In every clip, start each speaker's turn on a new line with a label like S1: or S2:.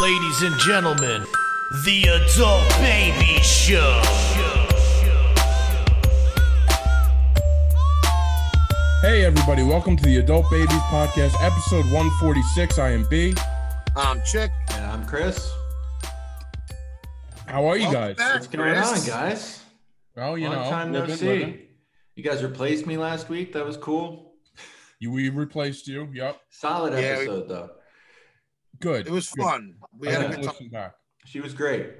S1: Ladies and gentlemen, the Adult Baby Show.
S2: Hey, everybody, welcome to the Adult Babies Podcast, episode 146. I am B.
S3: I'm Um, Chick.
S4: And I'm Chris.
S2: How are you
S3: Welcome
S2: guys?
S3: back,
S4: What's going
S3: Chris.
S4: on, guys?
S2: Well, you
S4: Long
S2: know,
S4: time no
S2: living,
S4: see.
S2: living.
S4: You guys replaced me last week. That was cool.
S2: You, we replaced you. Yep.
S4: Solid
S3: Yeah, we-
S4: episode though.
S2: Good.
S3: It was
S2: Good.
S3: fun. We had
S2: I
S3: a
S2: didn't
S3: good time.
S2: listen back.
S4: She was great.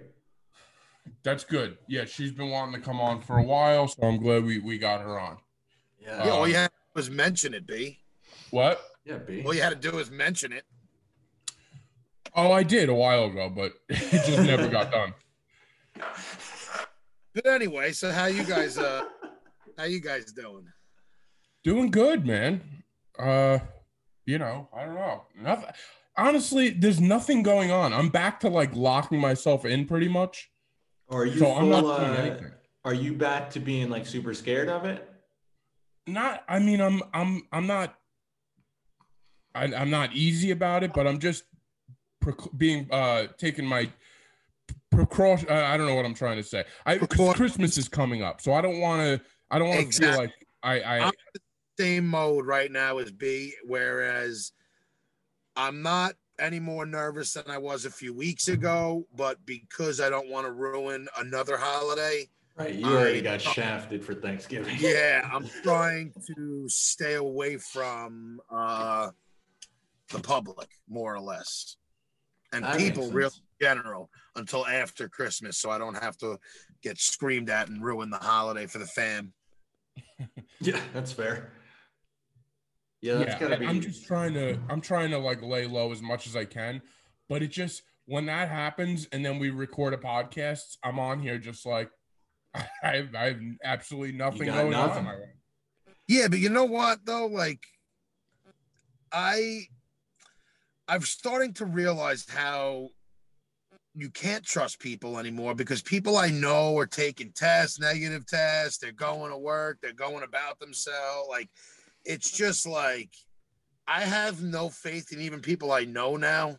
S2: That's good. Yeah, she's been wanting to come on for a while, so I'm glad we, we got her on.
S4: Yeah.
S3: Yeah, oh, all you had to do was mention it, B.
S2: What?
S4: yeah, B.
S3: All you had to do was mention it.
S2: Oh, I did a while ago, but it just never got done.
S3: But anyway, so how you guys uh how you guys doing?
S2: Doing good, man. Uh, you know, I don't know. Nothing. Honestly, there's nothing going on. I'm back to like locking myself in pretty much.
S4: Are you
S2: So I'm not
S4: full,
S2: doing
S4: uh,
S2: anything.
S4: Are you back to being like super scared of it?
S2: not i mean i'm i'm i'm not I, i'm not easy about it but i'm just proc- being uh taking my precaution i I don't know what i'm trying to say i 'cause
S3: Precau-
S2: christmas is coming up so i don't want to i don't want to feel
S3: Exactly.
S2: like i i
S3: I'm- Same mode right now as B, whereas I'm not any more nervous than I was a few weeks ago, but because I don't want to ruin another holiday,
S4: Right. You
S3: I-
S4: already got shafted for Thanksgiving.
S3: yeah, I'm trying to stay away from uh the public more or less. And
S4: That makes
S3: people
S4: sense.
S3: really general until after Christmas, so I don't have to get screamed at and ruin the holiday for the fam.
S4: Yeah, that's fair. Yeah, that's
S2: yeah,
S4: gotta
S2: I-
S4: be.
S2: i'm just trying to i'm trying to like lay low as much as i can but it just when that happens and then we record a podcast i'm on here just like i have, I have absolutely nothing
S4: got
S2: going
S4: nothing.
S2: on
S3: Yeah, but you know what though? Like I I'm starting to realize how you can't trust people anymore because people I know are taking tests, negative tests, they're going to work, they're going about themselves. Like it's just like I have no faith in even people I know now.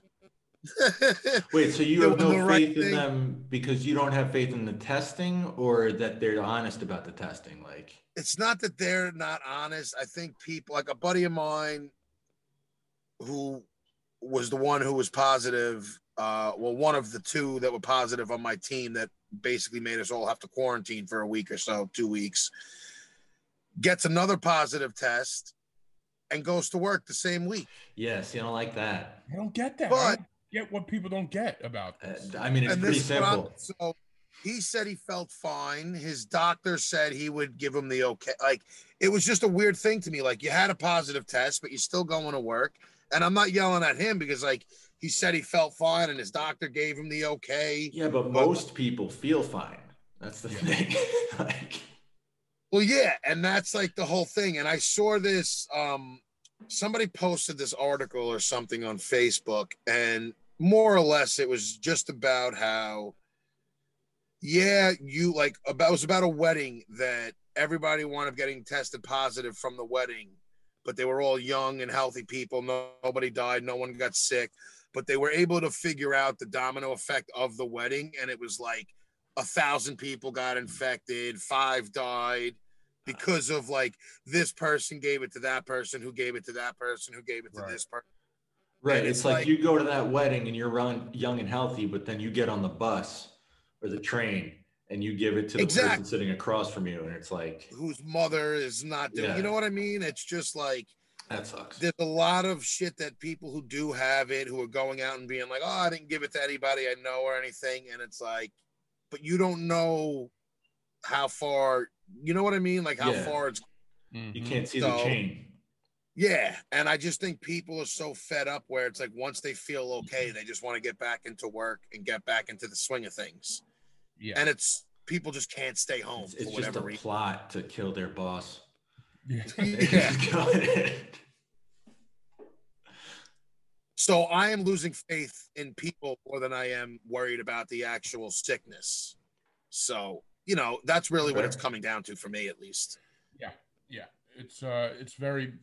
S4: Wait, so you
S3: Doing
S4: have no
S3: the
S4: faith
S3: right
S4: in
S3: thing.
S4: them because you don't have faith in the testing, or that they're honest about the testing? Like,
S3: it's not that they're not honest. I think people like a buddy of mine who was the one who was positive, uh, well, one of the two that were positive on my team that basically made us all have to quarantine for a week or so, two weeks, gets another positive test and goes to work the same week.
S4: yes, you don't like that.
S2: i don't get that I
S3: But-
S2: don't get what people don't get about
S4: Uh,
S2: this
S4: I mean, it's
S3: and
S4: pretty
S3: this is what I'm-
S4: simple.
S3: so he said he felt fine. His doctor said he would give him the okay. Like it was just a weird thing to me. Like you had a positive test, but you're still going to work. And I'm not yelling at him because like he said he felt fine and his doctor gave him the okay.
S4: Yeah, but most people feel fine. That's the thing. like,
S3: Well, yeah, and that's like the whole thing. And I saw this. Um, somebody posted this article or something on Facebook, and more or less, it was just about how, yeah, you like about it was about a wedding that everybody wound up getting tested positive from the wedding, but they were all young and healthy people. No, nobody died. No one got sick. But they were able to figure out the domino effect of the wedding, and it was like a thousand people got infected, five died because of like this person gave it to that person who gave it to that person who gave it to
S2: Right.
S3: this person.
S4: right.
S3: And
S4: It's,
S3: it's
S4: like,
S3: like-
S4: you go to that wedding and you're run, young and healthy, but then you get on the bus or the train and you give it to the person
S3: Exactly.
S4: sitting across from you. And it's like,
S3: Whose mother is not doing
S4: Yeah.
S3: you know what I mean? It's just like
S4: that sucks.
S3: there's a lot of shit that people who do have it who are going out and being like, Oh, I didn't give it to anybody I know or anything. And it's like, but you don't know how far you know what I mean? Like how
S4: Yeah.
S3: far it's
S4: You
S2: Mhm.
S4: can't see the
S3: So-
S4: chain.
S3: Yeah, and I just think people are so fed up where it's like once they feel okay, they just want to get back into work and get back into the swing of things.
S2: Yeah.
S3: And it's people just can't stay home
S4: It's,
S3: for
S4: it's just
S3: whatever
S4: a
S3: reason.
S4: plot to kill their boss.
S2: yeah.
S4: They
S3: Yeah.
S4: just got it.
S3: So I am losing faith in people more than I am worried about the actual sickness. So, you know, that's really what it's
S4: Fair.
S3: coming down to for me at least.
S2: Yeah. It's uh it's very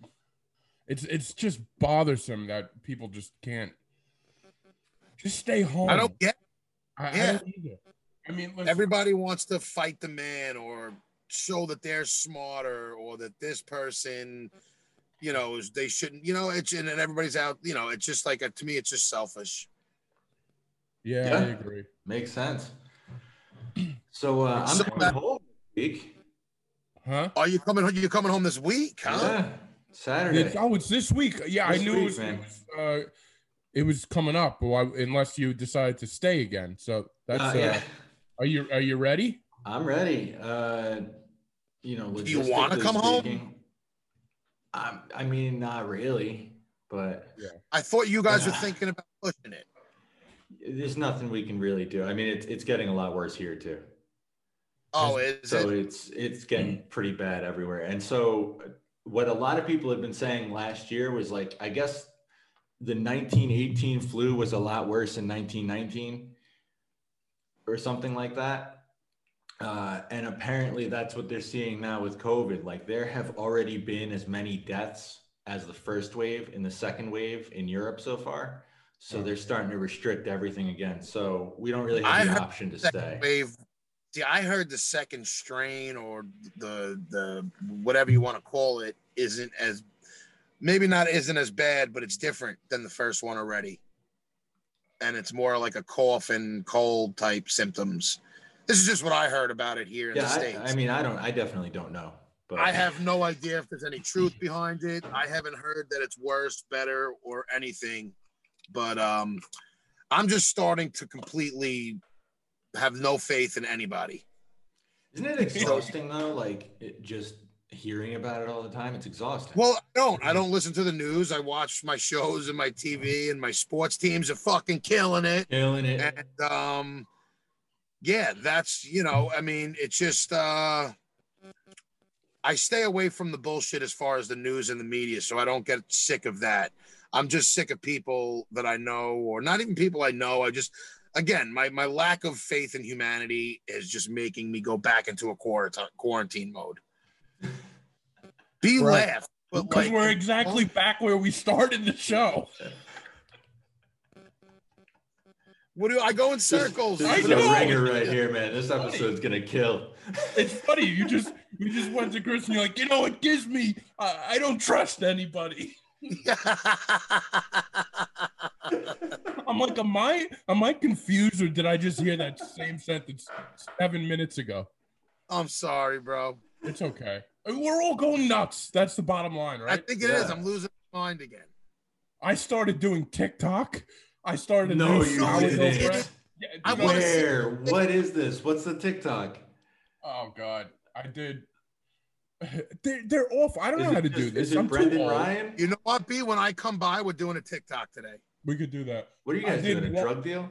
S2: it's it's just bothersome that people just can't Just stay home.
S3: I don't get.
S2: I, I
S3: yeah.
S2: don't either. I mean, listen,
S3: Everybody wants to fight the man or show that they're smarter or that this person, you know, is they shouldn't. You know, it's and then everybody's out. You know, it's just like a, to me, it's just selfish.
S2: yeah, I
S4: Yeah.
S2: agree.
S4: Makes sense. So uh, I'm
S3: So
S4: coming
S3: that-
S4: home this week.
S2: Huh?
S3: Are you coming? You coming home this week? Huh?
S4: Yeah, Saturday.
S2: It's, oh, it's this week. Yeah,
S4: This
S2: I knew
S4: week,
S2: it, was,
S4: man.
S2: it was. Uh, it was coming up, well, I- unless you decide to stay again. So that's.
S4: Uh,
S2: Uh,
S4: yeah,
S2: Are you Are you ready?
S4: I'm ready. Uh, you know,
S3: Do you wanna
S4: logistically
S3: come home?
S4: speaking, I, I mean, not really, but
S3: I thought you guys were
S4: Yeah.
S3: thinking about pushing it.
S4: there's nothing we can really do. I mean, it's it's getting a lot worse here too.
S3: Oh, is
S4: so
S3: it? Mm.
S4: it's it's getting pretty bad everywhere and so uh, what a lot of people have been saying last year was like i guess the 1918 flu was a lot worse in 1919 or something like that uh, and apparently that's what they're seeing now with covid like there have already been as many deaths as the first wave and the second wave in europe so far so they're starting to restrict everything again so we don't really
S3: Mm. I
S4: have the
S3: heard
S4: option to stay
S3: Second wave. See, I heard the second strain or the the whatever you want to call it isn't as maybe not isn't as bad, but it's different than the first one already. And it's more like a cough and cold type symptoms. This is just what I heard about it here in
S4: yeah
S3: the states.
S4: I, I mean i don't i definitely don't know but
S3: I have no idea if there's any truth behind it. I haven't heard that it's worse, better, or anything. But um, I'm just starting to completely have no faith in anybody.
S4: Isn't it exhausting though? Like it, just hearing about it all the time, it's exhausting.
S3: Well, I don't. I don't listen to the news. I watch my shows and my TV, and my sports teams are fucking killing it.
S4: feeling it.
S3: And um, yeah, that's you know, I mean, it's just uh, I stay away from the bullshit as far as the news and the media, so I don't get sick of that. I'm just sick of people that I know, or not even people I know. I just, again, my my lack of faith in humanity is just making me go back into a quarantine quarantine mode. Be
S2: Right.
S3: laughed, but
S2: Because
S3: like
S2: we're exactly
S4: oh.
S2: back where we started the show.
S3: what do I go in
S4: This-
S3: circles?
S4: This,
S2: I
S4: is
S2: know.
S4: a ringer right here, man. This episode's gonna kill.
S2: It's funny. You just you just went to Chris and you're like, you know, it gives me. Uh, I don't trust anybody. I'm like, am I am I confused or did I just hear that same sentence seven minutes ago?
S3: I'm sorry, bro.
S2: It's okay. We're all going nuts. That's the bottom line,
S3: I
S2: right?
S3: think it is.
S4: Yeah.
S3: I'm losing my mind again.
S2: I started doing TikTok. I started. a
S4: No,
S2: new
S4: you
S2: sourdough
S4: didn't.
S2: bread. Yeah,
S3: I
S2: no,
S3: wanna see-
S4: Where? What is this? What's the TikTok?
S2: Oh God, I did. They're, they're off. I don't
S4: Is
S2: know how
S4: it
S2: to do
S4: just-
S2: this.
S4: Is it
S2: I'm too
S4: Brendan
S2: old.
S4: Ryan?
S3: You know what, B? When I come by, we're doing a TikTok today.
S2: We could do that.
S4: What are you
S2: I
S4: guys
S2: did
S4: doing? A
S2: wa-
S4: drug deal?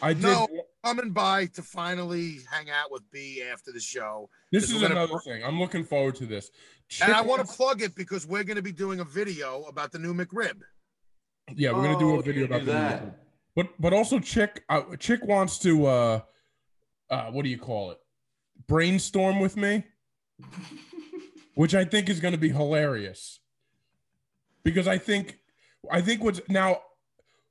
S2: I did.
S3: No. Coming by to finally hang out with B after the show.
S2: This
S3: This
S2: is
S3: is gonna-
S2: another thing. I'm looking forward to this.
S3: And I want to
S2: Chickens-
S3: plug it because we're going to be doing a video about the new McRib.
S2: Yeah, we're gonna do
S4: Oh,
S2: a video
S4: you
S2: about
S4: do
S2: that.
S4: that.
S2: But but also chick uh, chick wants to uh uh what do you call it? Brainstorm with me, which I think is going to be hilarious. Because I think I think what's now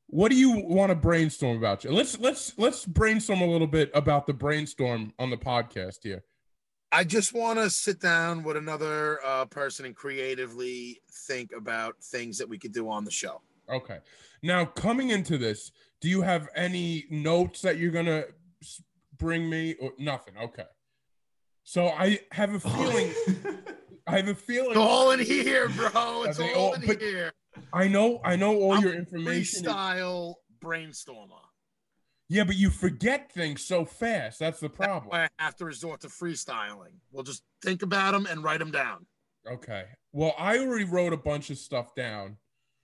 S2: what do you want to brainstorm about? Let's let's let's brainstorm a little bit about the brainstorm on the podcast here.
S3: I just want to sit down with another uh, person and creatively think about things that we could do on the show.
S2: Okay. Now coming into this, do you have any notes that you're gonna s- bring me or nothing? Okay. So I have a feeling. I have a feeling.
S3: It's all in here, bro. It's
S2: Are they
S3: all,
S2: all-
S3: in
S2: but-
S3: here.
S2: I know. I know all
S3: I'm
S2: your information. is-
S3: Freestyle brainstormer.
S2: yeah, but you forget things so fast. That's the problem.
S3: I have to resort to freestyling. We'll just think about them and write them down.
S2: Okay. Well, I already wrote a bunch of stuff down,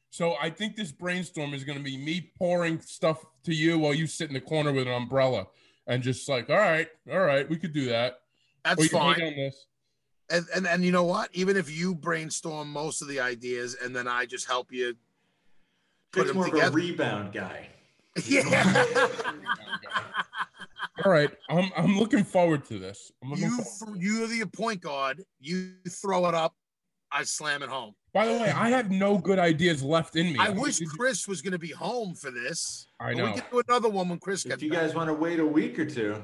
S2: so I think this brainstorm is going to be me pouring stuff to you while you sit in the corner with an umbrella and just like, all right, all right, we could do that.
S3: That's
S2: Or you
S3: fine.
S2: hate on this.
S3: and, and and you know what? Even if you brainstorm most of the ideas and then I just help you put
S4: It's
S3: them
S4: more of a
S3: together.
S4: rebound guy.
S3: yeah.
S2: All right, I'm I'm looking forward to this. I'm looking
S3: you
S2: forward.
S3: th- you're the point guard. You throw it up. I slam it home.
S2: By the way, I have no good ideas left in me.
S3: I wish Chris was going to be home for this.
S2: I
S3: but
S2: know.
S3: We could do another one when Chris
S4: If
S3: gets
S4: you
S3: back.
S4: guys want to wait a week or two,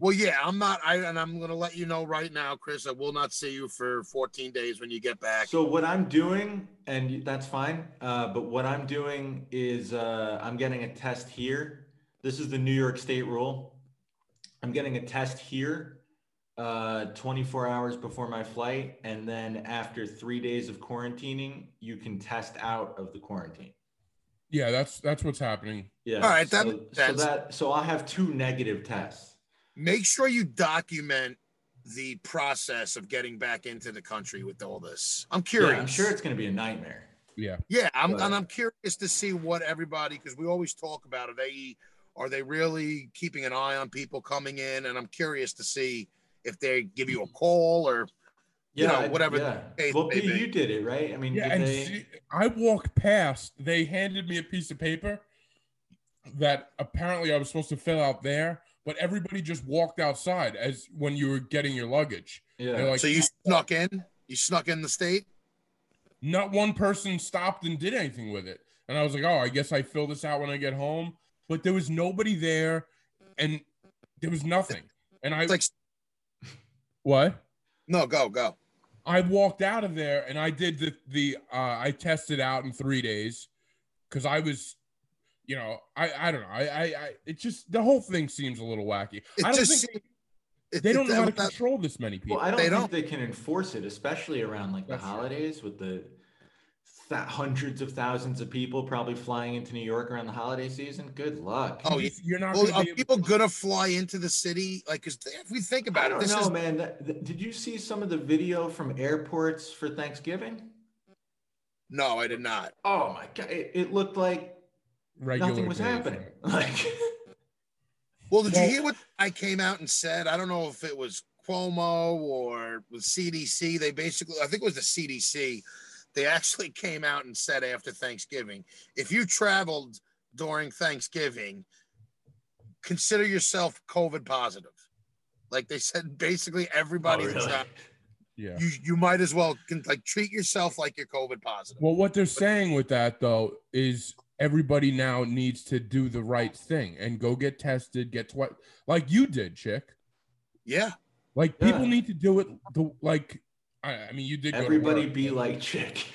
S3: Well, yeah, I'm not. I and I'm going to let you know right now, Chris. I will not see you for 14 days when you get back.
S4: So what I'm doing, and that's fine, uh, but what I'm doing is uh, I'm getting a test here. This is the New York State rule. I'm getting a test here, uh, 24 hours before my flight, and then after three days of quarantining, you can test out of the quarantine.
S2: yeah, that's that's what's happening.
S4: Yeah.
S3: All right, that
S4: so,
S3: makes
S4: so
S3: sense.
S4: that so I'll have two negative tests.
S3: Make sure you document the process of getting back into the country with all this. I'm
S4: Yeah,
S3: curious.
S4: I'm sure it's going to be a nightmare.
S2: Yeah.
S3: Yeah, I'm,
S4: Right.
S3: and I'm curious to see what everybody because we always talk about are they are they really keeping an eye on people coming in, and I'm curious to see if they give you a call or You know,
S4: I-
S3: whatever
S4: Yeah.
S3: case
S4: Well,
S3: may
S4: Pete,
S3: be.
S4: you did it right. I mean,
S2: Yeah,
S4: did
S2: and
S4: they-
S2: see, I walked past. They handed me a piece of paper that apparently I was supposed to fill out there, but everybody just walked outside as when you were getting your luggage.
S4: yeah.
S2: They're like,
S3: so you snuck in, you snuck in the state.
S2: not one person stopped and did anything with it. And I was like, oh, I guess I fill this out when I get home. But there was nobody there, and there was nothing. And I
S3: It's like
S2: what?
S3: no, go go.
S2: I walked out of there and I did the the uh, I tested out in three days because I was, you know, I I don't know I, I I it just the whole thing seems a little wacky.
S3: It
S2: I don't
S3: just
S2: think
S3: seems- it-
S2: they
S3: it-
S2: don't know how to
S3: that-
S2: control this many people.
S4: Well, I don't
S3: They
S4: think
S3: don't.
S4: they can enforce it, especially around like the
S2: That's right.
S4: holidays with the th- hundreds of thousands of people probably flying into New York around the holiday season. Good luck.
S3: Oh,
S2: You- you're not
S3: Well,
S4: uh,
S2: gonna
S3: are
S2: be able-
S3: people gonna fly into the city? Like, 'cause if we think
S4: I
S3: about it,
S4: don't
S3: this
S4: know,
S3: is
S4: man. That- th- Did you see some of the video from airports for Thanksgiving?
S3: no, I did not.
S4: Oh my god, it, it looked like
S2: regular
S4: nothing was
S2: days,
S4: happening.
S2: right?
S4: Like,
S3: Well, did
S2: Well-
S3: you hear what I came out and said? I don't know if it was Cuomo or with CDC. They basically, I think it was the CDC. They actually came out and said after Thanksgiving, if you traveled during Thanksgiving, consider yourself COVID positive. Like they said, basically
S4: oh,
S3: everybody that's
S4: really?
S3: out,
S2: Yeah.
S3: you you might as well can, like treat yourself like you're COVID positive.
S2: Well, what they're saying with that though is everybody now needs to do the right thing and go get tested, get twi- like you did, chick.
S3: Yeah,
S2: Like
S4: Yeah.
S2: people need to do it. The like, I, I mean, you did. go to
S4: Everybody
S2: work.
S4: be like chick.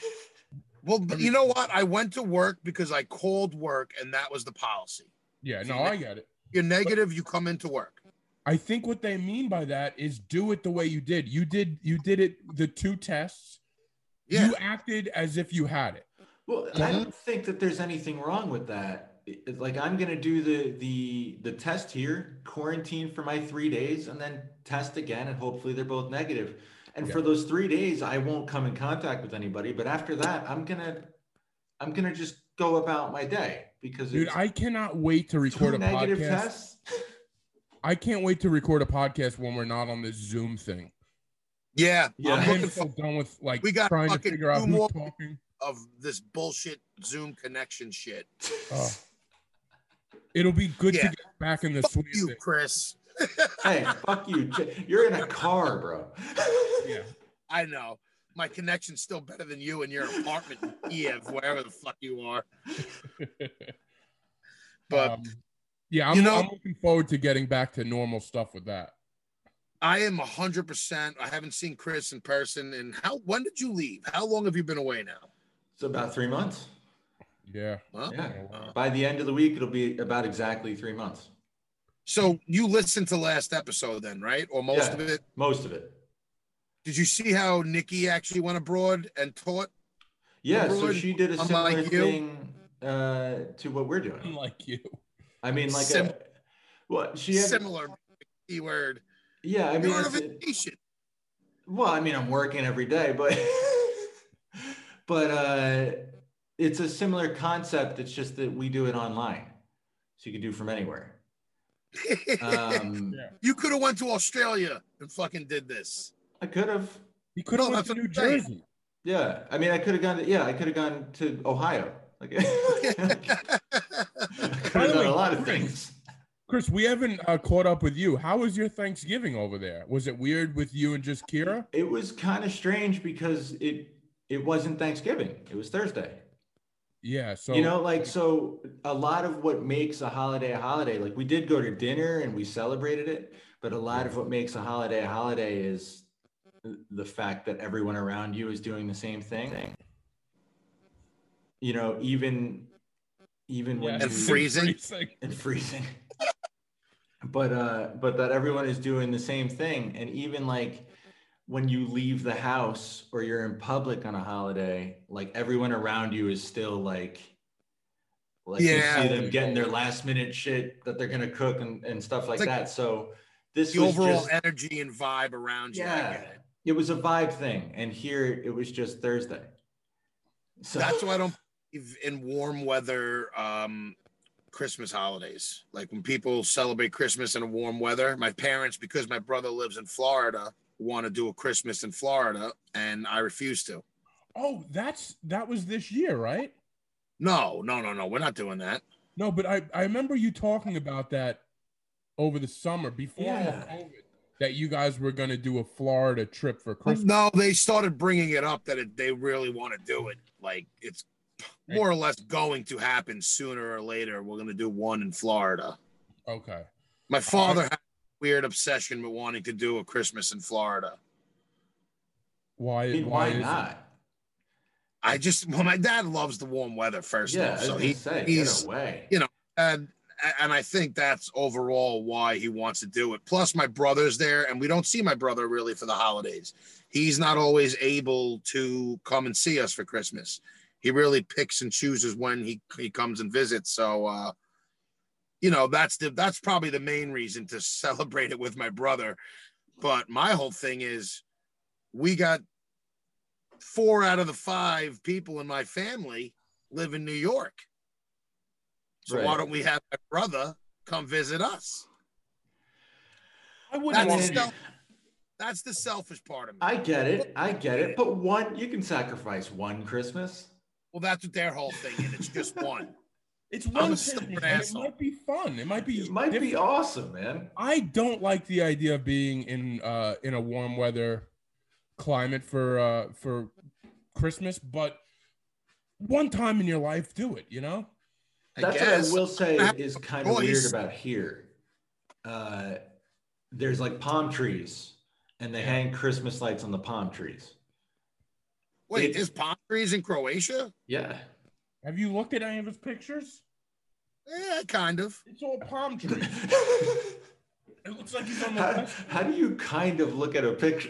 S3: well, but you know what? I went to work because I called work, and that was the policy.
S2: Yeah, no, I get it.
S3: You're negative, you come into work.
S2: I think what they mean by that is do it the way you did. You did you did it the two tests.
S3: Yeah.
S2: You acted as if you had it.
S4: Well,
S2: Mm-hmm.
S4: I don't think that there's anything wrong with that. It- it- Like I'm gonna do the the the test here, quarantine for my three days, and then test again, and hopefully they're both negative. And for those three days, I won't come in contact with anybody. But after that, I'm gonna I'm gonna just go about my day because
S2: Dude,
S4: it's
S2: I cannot wait to
S4: two
S2: record a
S4: negative
S2: podcast.
S4: tests.
S2: I can't wait to record a podcast when we're not on this Zoom thing.
S3: Yeah,
S4: Yeah.
S3: I'm
S2: I'm
S3: looking
S2: so done with like
S3: We got
S2: trying to
S3: fucking
S2: figure out
S3: two
S2: who's
S3: more-
S2: talking.
S3: of this bullshit Zoom connection shit.
S2: Oh. It'll be good to
S3: Yeah.
S2: get back in the
S3: Fuck
S2: swing of
S3: you,
S2: things.
S3: Chris.
S4: hey, fuck you! Ch- You're in a car, bro.
S2: Yeah.
S3: I know my connection's still better than you in your apartment, in Kiev, wherever the fuck you are. But
S2: Um, yeah, I'm,
S3: you know-
S2: I'm looking forward to getting back to normal stuff with that.
S3: I am hundred percent. I haven't seen Chris in person. And how? When did you leave? How long have you been away now?
S4: It's about three months.
S2: Yeah.
S3: Huh?
S4: Yeah.
S3: Uh,
S4: By the end of the week, it'll be about exactly three months.
S3: So you listened to last episode then, right? Or most
S4: Yeah.
S3: of it?
S4: Most of it.
S3: Did you see how Nikki actually went abroad and taught?
S4: Yeah, so
S3: Everyone,
S4: she did a similar
S3: unlike you-
S4: thing uh, to what we're doing.
S2: Unlike you.
S4: I mean, like,
S3: Sim-
S4: a, what she had,
S3: Similar keyword.
S4: yeah. I mean,
S3: You're on a
S4: it's a-
S3: vacation.
S4: well, I mean, I'm working every day, but but uh, it's a similar concept. It's just that we do it online, so you can do from anywhere. Um,
S2: Yeah.
S3: You could have went to Australia and fucking did this.
S4: I could have,
S2: He could have
S3: No,
S2: went
S3: that's
S2: to
S3: what
S2: New
S3: I'm saying.
S2: Jersey.
S4: yeah. I mean, I could have gone. To, yeah, I could have gone to Ohio. Like, I could
S2: By
S4: have
S2: the
S4: done
S2: way,
S4: a lot of
S2: Chris,
S4: things.
S2: Chris, we haven't uh, caught up with you. How was your Thanksgiving over there? Was it weird with you and just Kira?
S4: It was kind of strange because it it wasn't Thanksgiving. It was Thursday.
S2: Yeah. So
S4: you know, like so a lot of what makes a holiday a holiday, like we did go to dinner and we celebrated it, but a lot of what makes a holiday a holiday is the fact that everyone around you is doing the same thing. You know, even even when
S2: Yeah.
S3: And
S4: you-
S3: freezing.
S4: and freezing. but uh but that everyone is doing the same thing and even like when you leave the house or you're in public on a holiday like everyone around you is still like like
S3: Yeah.
S4: you see them getting their last minute shit that they're gonna cook and, and stuff like,
S3: It's like
S4: that so this
S3: The
S4: was
S3: overall
S4: just,
S3: energy and vibe around you. I get
S4: yeah
S3: it.
S4: it was a vibe thing and here it was just thursday so
S3: That's why I don't believe in warm weather um, Christmas holidays. Like when people celebrate Christmas in a warm weather, my parents, because my brother lives in Florida, want to do a Christmas in Florida, and I refuse to.
S2: Oh, that's that was this year, right?
S3: No, no, no, no. We're not doing that.
S2: No, but I I remember you talking about that over the summer before
S4: Yeah.
S2: COVID that you guys were going to do a Florida trip
S4: Oh,
S2: for Christmas.
S3: No, they started bringing it up that it, they really want to do it. Like it's more or less going to happen sooner or later. We're going to do one in Florida.
S2: Okay.
S3: My father had a weird obsession with wanting to do a Christmas in Florida.
S2: Why
S4: I mean,
S2: why,
S4: why
S2: is
S4: not
S3: I just well, my dad loves the warm weather first
S4: yeah
S3: off,
S4: so
S3: so he
S4: say,
S3: he's-
S4: get away
S3: you and and I think that's overall why he wants to do it. Plus, my brother's there, and we don't see my brother really for the holidays. He's not always able to come and see us for Christmas. He really picks and chooses when he he comes and visits. So, uh, you know, that's the that's probably the main reason to celebrate it with my brother. But my whole thing is, we got four out of the five people in my family live in New York. So why
S4: Right.
S3: don't we have my brother come visit us?
S2: I wouldn't
S3: That's
S2: want
S3: the,
S2: to.
S3: self, that's the selfish part of me.
S4: I get it. I get it. But one, you can sacrifice one Christmas.
S3: well, that's what their whole thing, and it's just one.
S2: It's one
S3: a
S2: Christmas.
S3: stupid
S2: and It
S3: asshole.
S2: might be fun. It might be
S4: It might
S2: different.
S4: be awesome, man.
S2: I don't like the idea of being in uh in a warm weather climate for uh for Christmas, but one time in your life do it, you know?
S3: I
S4: That's
S3: guess.
S4: what I will say
S3: I have
S4: is kind of
S3: choice.
S4: weird about here. Uh, there's like palm trees, and they hang Christmas lights on the palm trees.
S3: Wait, is palm trees in Croatia?
S4: Yeah.
S2: Have you looked at any of his pictures?
S3: Yeah, kind of.
S2: It's all palm trees. it looks like he's on the
S4: how,
S2: west.
S4: how do you kind of look at a picture?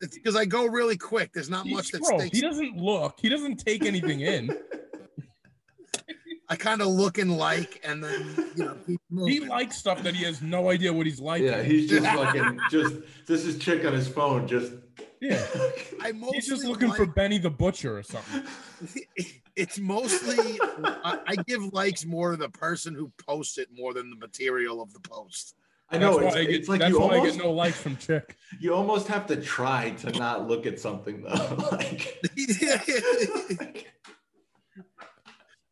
S3: It's because I go really quick. There's not
S2: He
S3: much that
S2: scrolls. He
S3: sticks.
S2: doesn't look. He doesn't take anything in.
S3: I kind of look and like, and then you know, keep
S2: he
S3: moving.
S2: likes stuff that he has no idea what he's liking.
S4: yeah, he's just fucking just. This is chick on his phone. Just
S2: Yeah.
S3: I mostly
S2: He's just looking for Benny the Butcher or something.
S3: It's mostly I, I give likes more to the person who posts it more than the material of the post.
S4: I know
S2: that's
S4: it's,
S2: why I get,
S4: it's like
S2: that's
S4: you
S2: why
S4: almost
S2: I get no likes from Chick.
S4: You almost have to try to not look at something though. like,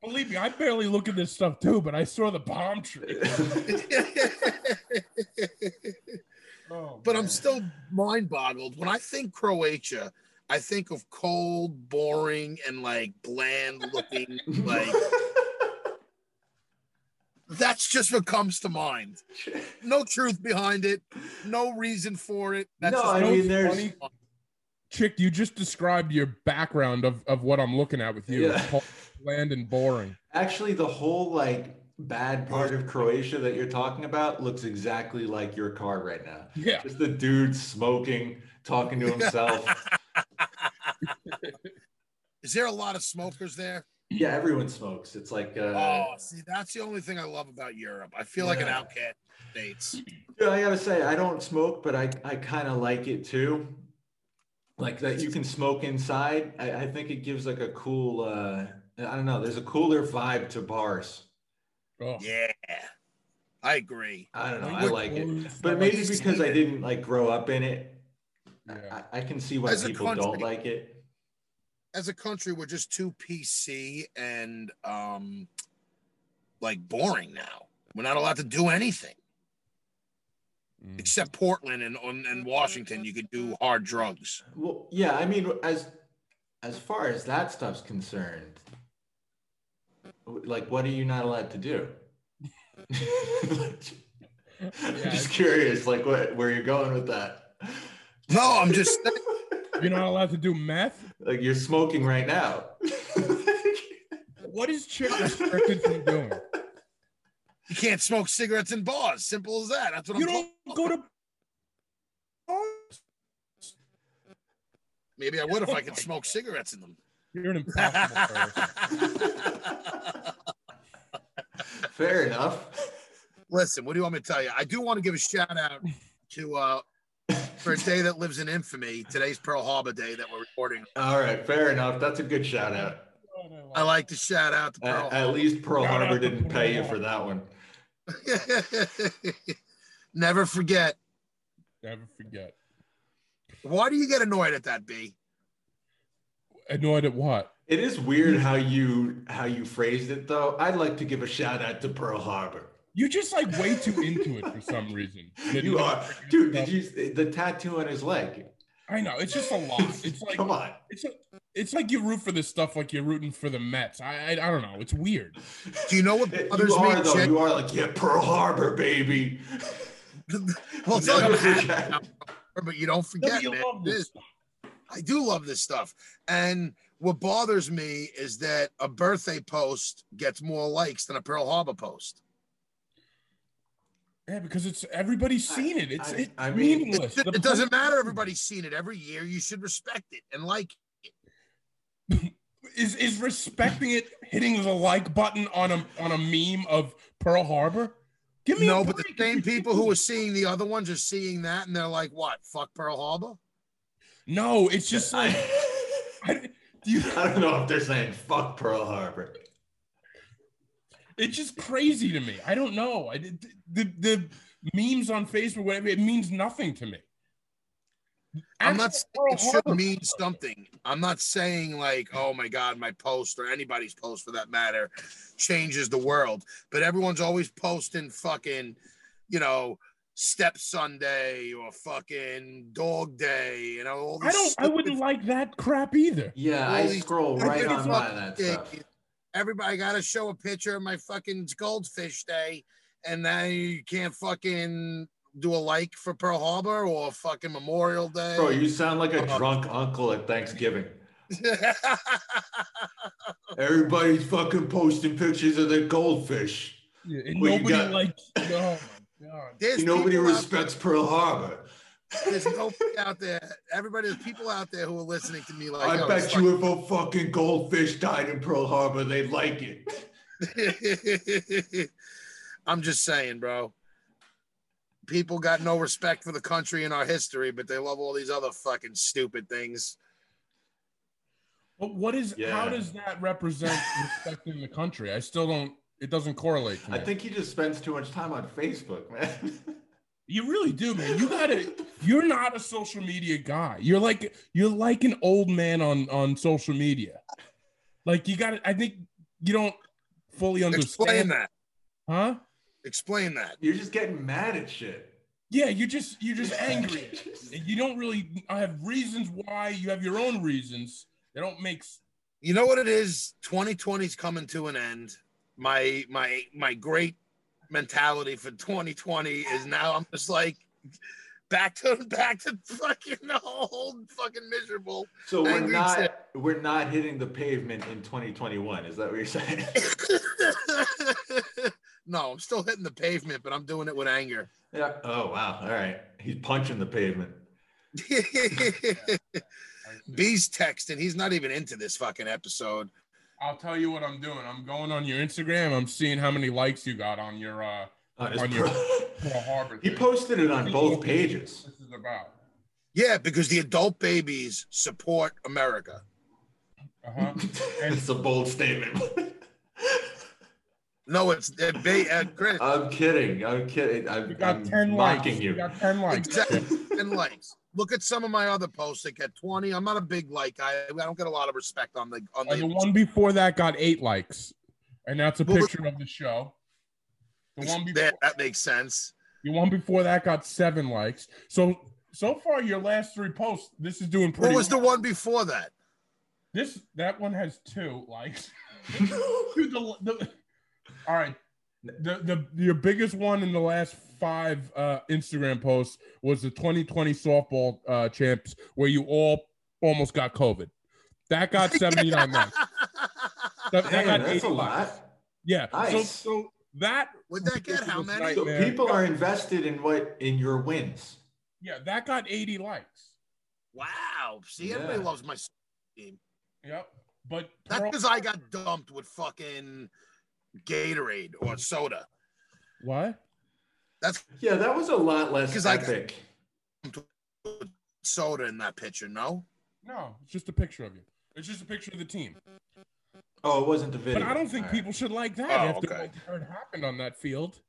S2: Believe me, I barely look at this stuff too, but I saw the palm tree. Oh,
S3: but
S2: man.
S3: I'm still mind boggled. When I think Croatia, I think of cold, boring, and like bland looking. like that's just what comes to mind. No truth behind it, no reason for it. That's
S4: No,
S3: just-
S4: I
S2: You know
S4: mean,
S2: what's
S4: there's-
S2: Chick, you just described your background of, of what I'm looking at with you.
S4: Yeah.
S2: It's Bland and boring.
S4: Actually, the whole like bad part of Croatia that you're talking about looks exactly like your car right now.
S2: Yeah.
S4: Just the dude smoking, talking to himself.
S3: is there a lot of smokers there?
S4: yeah, everyone smokes. It's like uh,
S3: oh, see, that's the only thing I love about Europe. I feel like an
S4: Yeah.
S3: outcast in the states.
S4: Yeah, I gotta say, I don't smoke, but I, I kind of like it too. Like that you can smoke inside. I, I think it gives like a cool, uh, I don't know, there's a cooler vibe to bars.
S2: Oh.
S3: Yeah, I agree.
S4: I don't know, I
S2: Language
S4: like it.
S2: barriers,
S4: But
S2: like
S4: maybe because I
S3: seated.
S4: didn't like grow up in it,
S2: Yeah.
S4: I, I can see why
S3: As a
S4: people don't
S3: country.
S4: like it.
S3: As a country, we're just too PC and um, like boring now. We're not allowed to do anything
S2: Mm.
S3: except Portland and on and Washington. You could do hard drugs.
S4: Well, yeah, I mean, as as far as that stuff's concerned, like, what are you not allowed to do? I'm just curious, like, what where you're going with that?
S3: No, I'm just
S2: You're not allowed to do meth.
S4: Like, you're smoking right now.
S2: What is Chick restricted from doing?
S3: you can't smoke cigarettes in bars. Simple as that. That's what
S2: You
S3: I'm.
S2: don't
S3: talking
S2: go to.
S3: Maybe I would if
S2: Oh
S3: I could
S2: my
S3: smoke cigarettes in them.
S2: You're an impossible person.
S4: Fair enough.
S3: Listen, what do you want me to tell you? I do want to give a shout out to uh, for a day that lives in infamy. Today's Pearl Harbor Day that we're recording.
S4: All right, fair enough. That's a good shout out.
S3: I like to shout out to Pearl.
S4: At, at least Pearl
S2: Shout out
S4: Harbor
S2: to
S4: didn't
S2: Pearl
S4: pay you
S2: Harbor.
S4: for that one.
S3: Never forget.
S2: Never forget.
S3: Why do you get annoyed at that, B?
S2: Annoyed at what?
S4: It is weird how you how you phrased it though. I'd like to give a shout out to Pearl Harbor.
S2: You're just like way too into it for some reason.
S4: You are, dude. Did you the tattoo on his leg?
S2: I know. It's just a lot. It's like
S4: come on.
S2: it's a, it's like you root for this stuff like you're rooting for the Mets. I I, I don't know. It's weird.
S3: Do you know what
S4: You
S3: bothers me?
S4: are though.
S3: Jake?
S4: You are like yeah, Pearl Harbor, baby.
S3: Well, it's not
S4: Never
S3: gonna happen,
S4: forget.
S3: but you don't
S2: No,
S3: forget,
S2: you
S3: man.
S2: love
S3: It
S2: this
S3: is- I do love this stuff. And what bothers me is that a birthday post gets more likes than a Pearl Harbor post.
S2: Yeah, because it's everybody's seen it. It's
S4: I-
S2: it's
S4: I mean-
S2: meaningless.
S3: It,
S2: The
S3: it doesn't
S2: point-
S3: matter. Everybody's seen it every year. You should respect it and like. it.
S2: Is is respecting it hitting the like button on a on a meme of Pearl Harbor? Give me a
S3: No, but the
S2: break.
S3: same people who are seeing the other ones are seeing that and they're like, what? Fuck Pearl Harbor?
S2: No, it's just
S4: I,
S2: like I, you,
S4: I don't know if they're saying fuck Pearl Harbor.
S2: it's just crazy to me. I don't know. I did the the memes on Facebook, whatever. It means nothing to me.
S3: I'm
S2: Actual
S3: not saying it
S2: Pearl
S3: should
S2: Harbor
S3: mean
S2: post.
S3: something. I'm not saying like, oh my God, my post or anybody's post for that matter changes the world. But everyone's always posting fucking, you know, Step Sunday or fucking Dog Day and all
S2: I
S3: this.
S2: don't. I
S3: stupid
S2: wouldn't like that crap either.
S4: Yeah,
S3: All
S4: I
S3: these-
S4: scroll right
S3: Everybody's
S4: on by
S3: fucking
S4: that
S3: thing.
S4: stuff.
S3: Everybody got to show a picture of my fucking goldfish day, and now you can't fucking do a like for Pearl Harbor or fucking Memorial Day.
S4: Bro, you sound like a drunk uncle at Thanksgiving. Everybody's fucking posting pictures of their goldfish.
S2: Yeah, and
S4: Well, you
S2: nobody
S4: got-
S2: likes. Oh my god.
S3: There's
S4: Nobody
S3: people out
S4: respects Pearl Harbor.
S3: There's nobody out there. Everybody, there's people out there who are listening to me like,
S4: I
S3: yo,
S4: bet you if a fucking goldfish died in Pearl Harbor, they'd like it.
S3: fuck- I'm just saying, bro. People got no respect for the country and our history, but they love all these other fucking stupid things.
S2: But what is? How
S4: Yeah.
S2: does that represent respecting the country? I still don't. It doesn't correlate. To me.
S4: I think he just spends too much time on Facebook, man.
S2: you really do, man. You gotta. You're not a social media guy. You're like you're like an old man on on social media. Like you got. to I think you don't fully
S3: Explain
S2: understand,
S3: that.
S2: huh?
S3: Explain that.
S4: You're just getting mad at shit.
S2: Yeah, you're just you're just angry. at it. And you don't really have reasons why. You have your own reasons. They don't make. s-
S3: You know what it is? 2020's coming to an end. My my my great mentality for 2020 is now I'm just like back to back to fucking old fucking miserable.
S4: So we're
S3: Angry
S4: not
S3: shit.
S4: we're not hitting the pavement in 2021. Is that what you're saying?
S3: no, I'm still hitting the pavement, but I'm doing it with anger.
S4: yeah. Oh wow. All right. He's punching the pavement.
S3: B's texting. He's not even into this fucking episode.
S2: I'll tell you what I'm doing. I'm going on your Instagram. I'm seeing how many likes you got on your uh
S4: On his
S2: On your-
S4: pro-
S2: Pearl Harbor.
S4: he
S2: thing.
S4: posted it on both
S2: That's
S4: pages.
S2: what This is about.
S3: Yeah, because the adult babies support America.
S2: Uh-huh.
S4: it's a bold statement.
S3: No, it's they're ba- uh, Chris.
S4: I'm kidding. I'm kidding. I'm,
S2: You got
S4: I'm
S2: ten
S4: mocking
S2: likes.
S4: you.
S2: You got ten likes.
S3: Exactly. and likes. Look at some of my other posts that get 20. I'm not a big like guy. I don't get a lot of respect on the on
S2: Uh, the
S3: the
S2: one before that got eight likes, and that's a
S3: Well, but-
S2: picture of the show. The one before
S3: that, that makes sense.
S2: the one before that got seven likes. So so far, your last three posts, this is doing pretty.
S3: What was the
S2: well.
S3: one before that?
S2: This that one has two likes. Dude, the, the, all right. The, the your biggest one in the last five uh, Instagram posts was the 2020 softball uh, champs where you all almost got COVID. That got 79 likes. That, that
S4: Damn,
S2: got
S4: that's a
S2: 80 likes.
S4: lot.
S2: Yeah. So,
S4: Nice.
S2: so that
S3: Would that get how many?
S4: So
S2: Man.
S4: people are invested in what in your wins.
S2: yeah that got 80 likes.
S3: Wow. See, everybody
S4: Yeah.
S3: loves my s- team.
S2: Yep. But
S3: That's
S2: Pearl-
S3: because I got dumped with fucking Gatorade or soda.
S2: what?
S3: That's
S4: Yeah, that was a lot less
S3: 'Cause I-
S4: epic.
S3: soda in that picture, no?
S2: No, it's just a picture of you. It's just a picture of the team.
S4: oh, it wasn't the video.
S2: But I don't think
S4: All right.
S2: people should like that
S3: Oh,
S2: after
S3: okay.
S2: what happened on that field.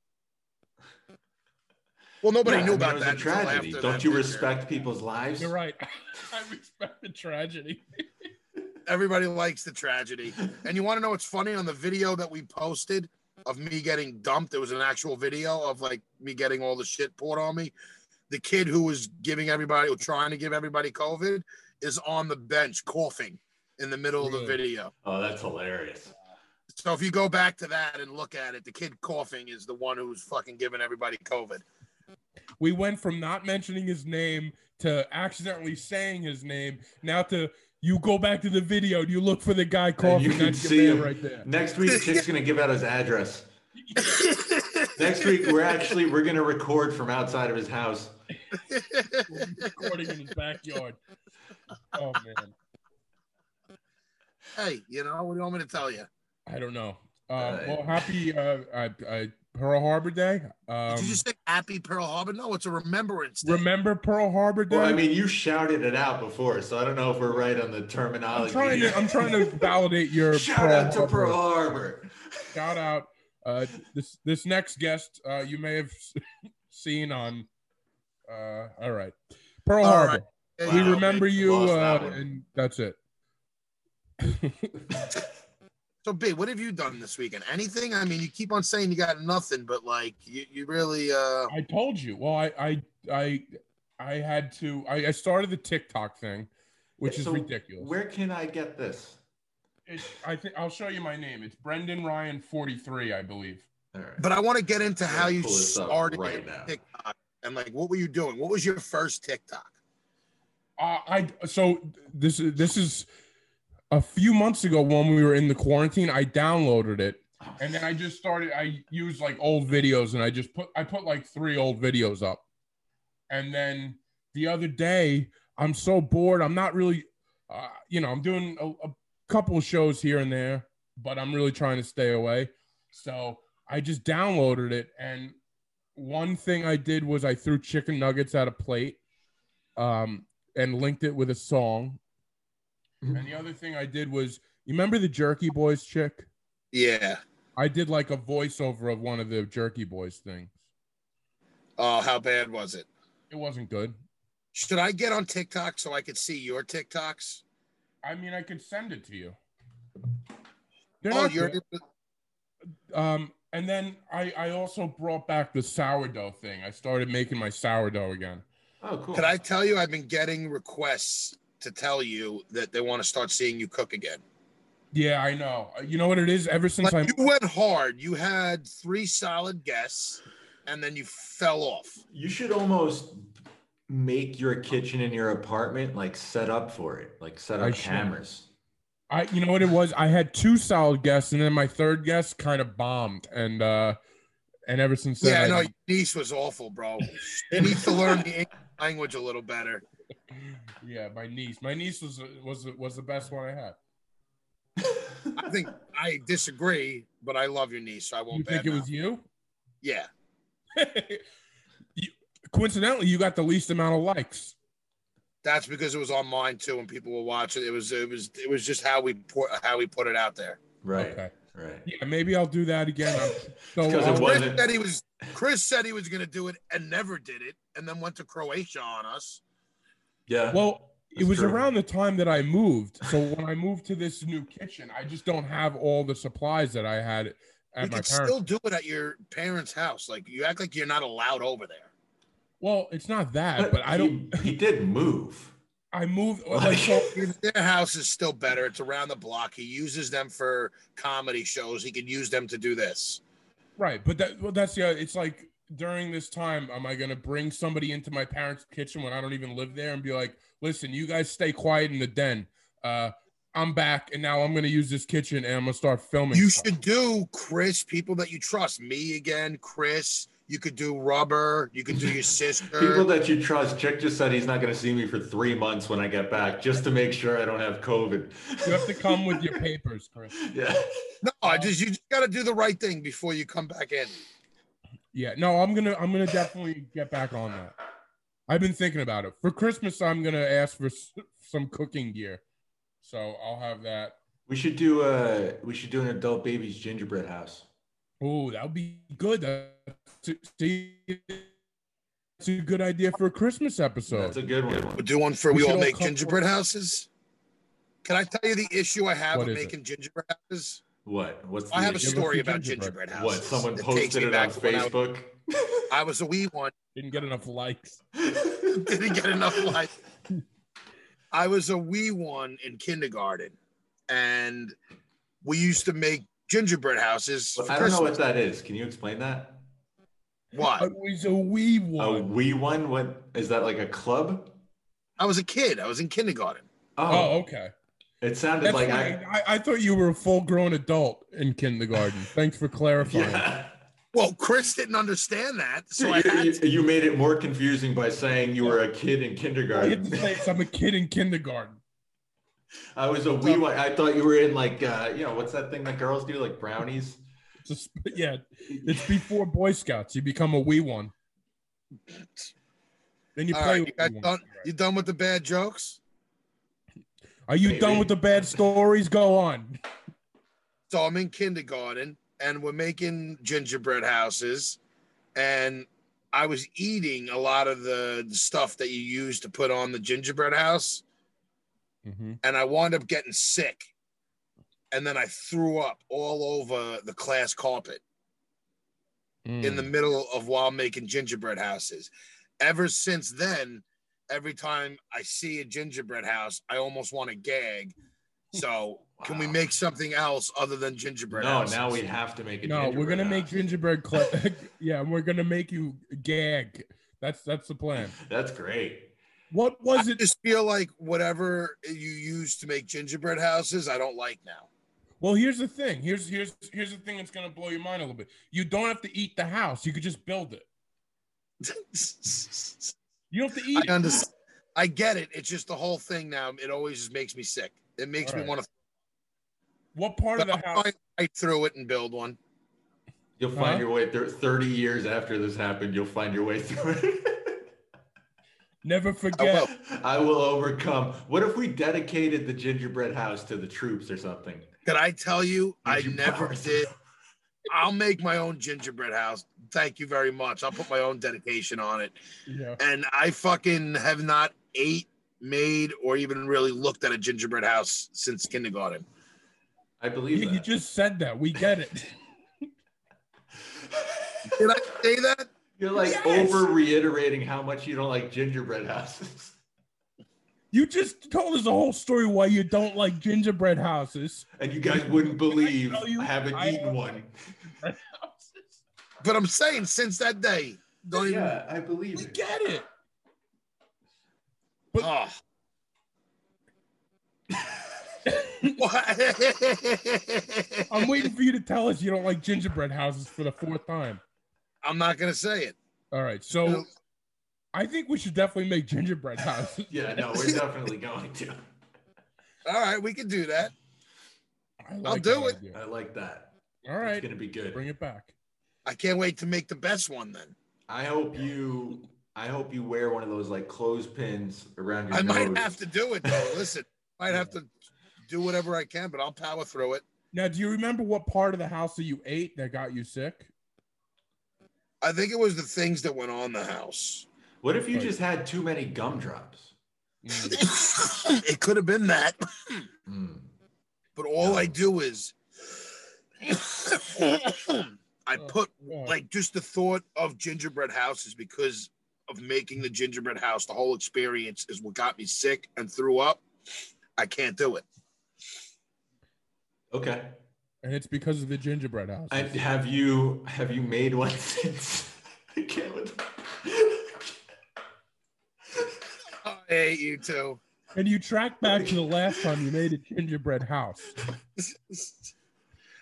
S3: Well, nobody
S4: Yeah, I
S3: knew
S4: mean,
S3: about
S4: it was
S3: that.
S4: a
S3: until
S4: tragedy.
S3: after
S4: Don't
S3: that
S4: you
S3: picture.
S4: respect people's lives?
S2: You're right. I respect the tragedy.
S3: Everybody likes the tragedy. And you want to know what's funny on the video that we posted of me getting dumped? There was an actual video of like me getting all the shit poured on me. The kid who was giving everybody or trying to give everybody COVID is on the bench coughing in the middle of the
S2: Really?
S3: video.
S4: Oh, that's hilarious.
S3: So if you go back to that and look at it, the kid coughing is the one who's fucking giving everybody COVID.
S2: We went from not mentioning his name to accidentally saying his name. Now to you go back to the video and you look for the guy
S4: And
S2: coughing.
S4: you can
S2: That's your
S4: see
S2: man
S4: him
S2: right there.
S4: Next week, Chick's gonna give out his address. Next week, we're actually we're gonna record from outside of his house.
S2: We'll be recording in his backyard. Oh man,
S3: hey, you know, what do you want me to tell you?
S2: I don't know. Uh,
S4: Uh,
S2: well, happy uh, I, I, Pearl Harbor Day. Um,
S3: Did you just say happy Pearl Harbor? No, it's a remembrance. Day.
S2: remember Pearl Harbor Day?
S4: Well, I mean, you shouted it out before, so I don't know if we're right on the terminology.
S2: I'm trying to I'm trying to validate your
S4: uh, shout out to Pearl Harbor.
S2: Shout out. Uh, this this next guest uh, you may have seen on. Uh, all right, Pearl
S3: All
S2: Harbor.
S3: Hey,
S2: We
S4: Wow.
S2: remember
S4: we
S2: you,
S4: lost that
S2: uh,
S4: one.
S2: and that's it.
S3: So, B, what have you done this weekend? Anything? I mean, you keep on saying you got nothing, but like, you, you really, uh,
S2: I told you. Well, I I I, I had to. I, I started the TikTok thing, which is
S4: So,
S2: ridiculous.
S4: Where can I get this?
S2: It's, I think I'll show you my name. It's Brendan Ryan forty three, I believe.
S4: All right.
S3: but I want to get into how you
S4: Pull this up
S3: started
S4: right
S3: your
S4: now.
S3: TikTok and like, what were you doing? What was your first TikTok?
S2: Uh, I so this is this is a few months ago when we were in the quarantine. I downloaded it and then I just started. I used like old videos and I just put I put like three old videos up, and then the other day I'm so bored. I'm not really, uh, you know, I'm doing a, a couple of shows here and there, but I'm really trying to stay away. So I just downloaded it, and one thing I did was I threw chicken nuggets at a plate, um, and linked it with a song. And the other thing I did was, you remember the Jerky Boys chick?
S3: Yeah.
S2: I did like a voiceover of one of the Jerky Boys things.
S3: Oh, how bad was it?
S2: It wasn't good.
S3: Should I get on TikTok so I could see your TikToks?
S2: I mean, I could send it to you. They're
S3: oh,
S2: not
S3: you're.
S2: good. Um, and then I I also brought back the sourdough thing. I started making my sourdough again.
S4: Oh, cool.
S3: Could I tell you? I've been getting requests to tell you that they want to start seeing you cook again.
S2: Yeah, I know. You know what it is? Ever since
S3: Like,
S2: I
S3: you went hard. You had three solid guests, and then you fell off.
S4: You should almost make your kitchen in your apartment like set up for it, like set
S2: I
S4: up
S2: should.
S4: cameras.
S2: I you know what it was? I had two solid guests, and then my third guest kind of bombed, and uh, and ever since then,
S3: Yeah,
S2: I-
S3: no, your niece was awful, bro. She needs to learn the English language a little better.
S2: yeah, my niece, my niece was was was the best one I had.
S3: I think I disagree, but I love your niece, so I
S2: You
S3: won't.
S2: think it
S3: badmouth.
S2: was you?
S3: Yeah,
S2: You- coincidentally, you got the least amount of likes.
S3: that's because it was on mine too, and people were watching. It was, it was, it was just how we put how we put it out there.
S4: Right.
S2: Okay.
S4: Right.
S2: Yeah, maybe I'll do that again. I'm so
S4: 'cause it
S2: I'm-
S3: Chris
S4: was- Wasn't-
S3: said he was. Chris said he was going to do it and never did it, and then went to Croatia on us.
S4: Yeah.
S2: uh, well, it
S4: That's
S2: was
S4: true.
S2: around the time that I moved. So when I moved to this new kitchen, I just don't have all the supplies that I had at
S3: you
S2: my
S3: could
S2: parents.
S3: still do it at your parents' house. Like you act like you're not allowed over there.
S2: well, it's not that, but I don't.
S4: He, he did move.
S2: I moved. Like,
S4: Like,
S2: so
S3: Their house is still better. It's around the block. He uses them for comedy shows. He could use them to do this.
S2: Right, but that well, that's yeah. It's like during this time, am I going to bring somebody into my parents' kitchen when I don't even live there and be like, "Listen, you guys stay quiet in the den. Uh, I'm back, and now I'm going to use this kitchen and I'm going to start filming."
S3: You
S2: stuff."
S3: should do Chris, people that you trust. Me again, Chris. You could do rubber. You could do your
S4: people
S3: sister.
S4: that you trust. Chick just said he's not going to see me for three months when I get back, just to make sure I don't have COVID.
S2: You have to come with your papers, Chris.
S4: yeah.
S3: no, I just you just gotta do the right thing before you come back in.
S2: Yeah, no, I'm gonna I'm gonna definitely get back on that. I've been thinking about it for Christmas. I'm gonna ask for s- some cooking gear, so I'll have that.
S4: We should do a we should do an adult baby's gingerbread house.
S2: Oh, that would be good. That's see, it's a good idea for a Christmas episode.
S4: That's a good one.
S3: We'll do one for
S2: We
S3: we,
S2: should
S3: all
S2: all
S3: make
S2: come-
S3: gingerbread houses. Can I tell you the issue I have
S2: What
S3: with
S2: is it?
S3: making gingerbread houses?
S4: What? What's the
S3: I have a
S2: Give us
S3: story
S2: the
S3: about
S2: gingerbread.
S3: gingerbread houses.
S4: What? Someone
S3: that takes
S4: posted
S3: me
S4: it on
S3: back to when I was-
S4: Facebook.
S3: I was a wee one.
S2: Didn't get enough likes.
S3: Didn't get enough life. I was a wee one in kindergarten, and we used to make gingerbread houses. For
S4: I don't know
S3: Christmas.
S4: what that is. Can you explain that?
S2: I
S3: What?
S2: was a wee
S4: A
S2: one.
S4: wee one? What is that like a club?
S3: I was a kid. I was in kindergarten.
S2: Oh,
S4: Oh,
S2: okay.
S4: it sounded
S2: That's
S4: like
S2: funny.
S4: I,
S2: I, I thought you were a full grown adult in kindergarten. Thanks for clarifying.
S4: yeah.
S3: Well, Chris didn't understand that, so I
S4: you,
S3: had
S4: you- you made it more confusing by saying you were a kid
S2: I
S4: in
S2: get
S4: kindergarten.
S2: to say it's- I'm a kid in kindergarten.
S4: I was a wee one. I thought you were in like uh, you know what's that thing that girls do like brownies.
S2: It's a sp- yeah, it's before Boy Scouts. You become a wee one. Then you
S3: All
S2: play
S3: right, you
S2: with
S3: guys
S2: wee ones.
S3: done? You done with the bad jokes?
S2: Are you
S4: Maybe.
S2: done with the bad stories? Go on.
S3: So I'm in kindergarten, and we're making gingerbread houses, and I was eating a lot of the the stuff that you use to put on the gingerbread house,
S2: Mm-hmm.
S3: and I wound up getting sick, and then I threw up all over the class carpet in
S4: Hmm.
S3: the middle of while making gingerbread houses. Ever since then, every time I see a gingerbread house, I almost want to gag. So, can we
S4: Wow.
S3: make something else other than gingerbread?
S4: No,
S3: houses?
S4: now we have to make it.
S2: No, we're gonna make gingerbread. Cl- yeah, and we're gonna make you gag. That's that's the plan.
S4: That's great.
S2: What
S3: I
S2: was it?
S3: just feel like whatever you use to make gingerbread houses, I don't like now.
S2: Well, here's the thing. Here's here's here's the thing that's gonna blow your mind a little bit. You don't have to eat the house. You could just build it. You don't have to eat
S3: I
S2: it.
S3: understand. I get it. It's just the whole thing now. It always just makes me sick. It makes me
S2: Alright.
S3: want to
S2: What part of the house?
S3: fight through it and build one.
S4: You'll find
S2: Huh?
S4: your way through. Thirty years after this happened, you'll find your way through it.
S2: Never
S3: I
S2: forget.
S3: will.
S4: I will overcome. What if we dedicated the gingerbread house to the troops or something?
S3: Could I tell you? I
S4: Gingerbread
S3: never
S4: house.
S3: did. I'll make my own gingerbread house. Thank you very much. I'll put my own dedication on it.
S2: Yeah.
S3: And I fucking have not ate, made, or even really looked at a gingerbread house since kindergarten.
S4: I believe
S2: You,
S4: that.
S2: you just said that. We get it.
S3: Did I say that?
S4: You're like
S2: Yes.
S4: over reiterating how much you don't like gingerbread houses.
S2: You just told us the whole story why you don't like gingerbread houses.
S4: And you guys wouldn't believe
S2: tell you,
S4: I haven't
S2: I-
S4: eaten one.
S3: But I'm saying since that day, don't even.
S4: Yeah, I believe
S2: We
S4: it.
S2: get it.
S3: Oh. What?
S2: I'm waiting for you to tell us you don't like gingerbread houses for the fourth time.
S3: I'm not gonna say it.
S2: All right, so
S3: No.
S2: I think we should definitely make gingerbread houses.
S4: Yeah, no, we're definitely going to.
S3: All right, we can do that.
S2: I like
S3: I'll do
S2: that
S3: it.
S2: idea.
S4: I like that.
S2: All
S4: It's
S2: right,
S4: gonna be good.
S2: bring it back.
S3: I can't wait to make the best one then.
S4: I hope you I hope you wear one of those like clothespins around your
S3: I
S4: nose.
S3: might have to do it though. Listen, I might have to do whatever I can, but I'll power through it.
S2: Now, do you remember what part of the house that you ate that got you sick?
S3: I think it was the things that went on the house.
S4: What if you just had too many gumdrops?
S2: Mm.
S3: it could have been that,
S4: Mm.
S3: but all I do is I
S2: Oh,
S3: put
S2: God.
S3: like just the thought of gingerbread houses because of making the gingerbread house, the whole experience is what got me sick and threw up. I can't do it.
S4: Okay.
S2: and it's because of the gingerbread house.
S4: I, have you have you made one since? I can't. With,
S3: I hate you too.
S2: and you track back to the last time you made a gingerbread house.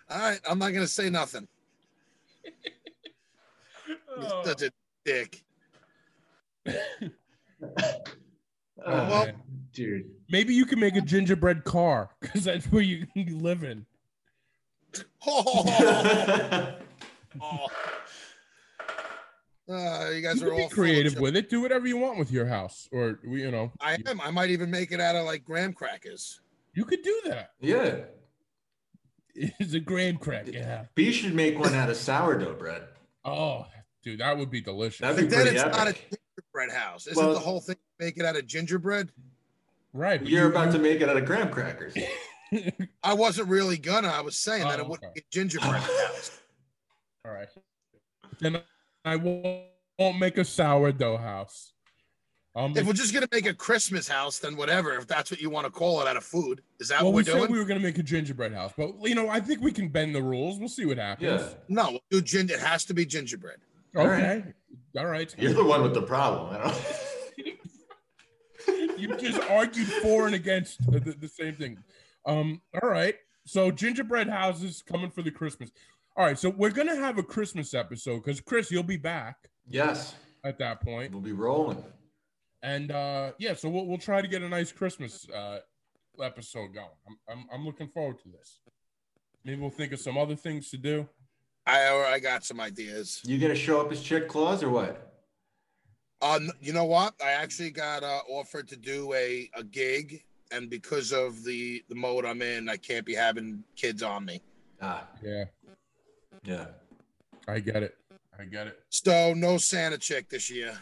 S3: All right, I'm not gonna say nothing. You're
S2: Oh.
S3: Such a dick.
S4: Oh,
S3: Well-
S2: man.
S4: dude.
S2: Maybe you can make a gingerbread car because that's where you you live in.
S3: Oh. Uh, you guys
S2: You
S3: are
S2: can be
S3: all
S2: creative
S3: full of shit.
S2: with it. Do whatever you want with your house, or you know,
S3: I am. I might even make it out of like graham crackers.
S2: you could do that.
S4: yeah.
S2: It's a graham crack. Yeah.
S4: B should make one out of sourdough bread.
S2: Oh, dude, that would be delicious.
S4: That'd
S3: But
S4: be
S3: then
S4: pretty
S3: it's not a
S4: epic.
S3: gingerbread house. Isn't
S4: Well-
S3: the whole thing make it out of gingerbread?
S2: right. but
S4: You're
S2: you-
S4: about
S2: you-
S4: to make it out of graham crackers.
S3: I wasn't really gonna. I was saying that
S2: Oh,
S3: it wouldn't
S2: okay.
S3: be a gingerbread house.
S2: All right. Then I won't, won't make a sourdough house. Um, I'll
S3: If
S2: make,
S3: we're just gonna make a Christmas house, then whatever. If that's what you want to call it, out of food, is that
S2: well,
S3: what
S2: we
S3: we're
S2: said
S3: doing?
S2: we were going to make a gingerbread house, but you know, I think we can bend the rules. We'll see what happens.
S4: yeah.
S3: No, we'll do gin. It has to be gingerbread.
S2: Okay. All right.
S4: You're the one with the problem. I don't.
S2: you just argued for and against the, the, the same thing. Um, all right. So gingerbread houses coming for the Christmas. All right. So we're gonna have a Christmas episode because Chris, you'll be back
S4: Yes,
S2: at that point,
S4: we'll be rolling.
S2: and uh, yeah. So we'll, we'll try to get a nice Christmas uh, episode going. I'm, I'm I'm looking forward to this. Maybe we'll think of some other things to do.
S3: I I got some ideas.
S4: You gonna show up as Chick Claus or what?
S3: Um, you know what? I actually got uh, offered to do a a gig, and because of the the mode I'm in, I can't be having kids on me.
S4: Ah,
S2: Yeah,
S4: yeah.
S2: I get it. I get it.
S3: So no Santa chick this year.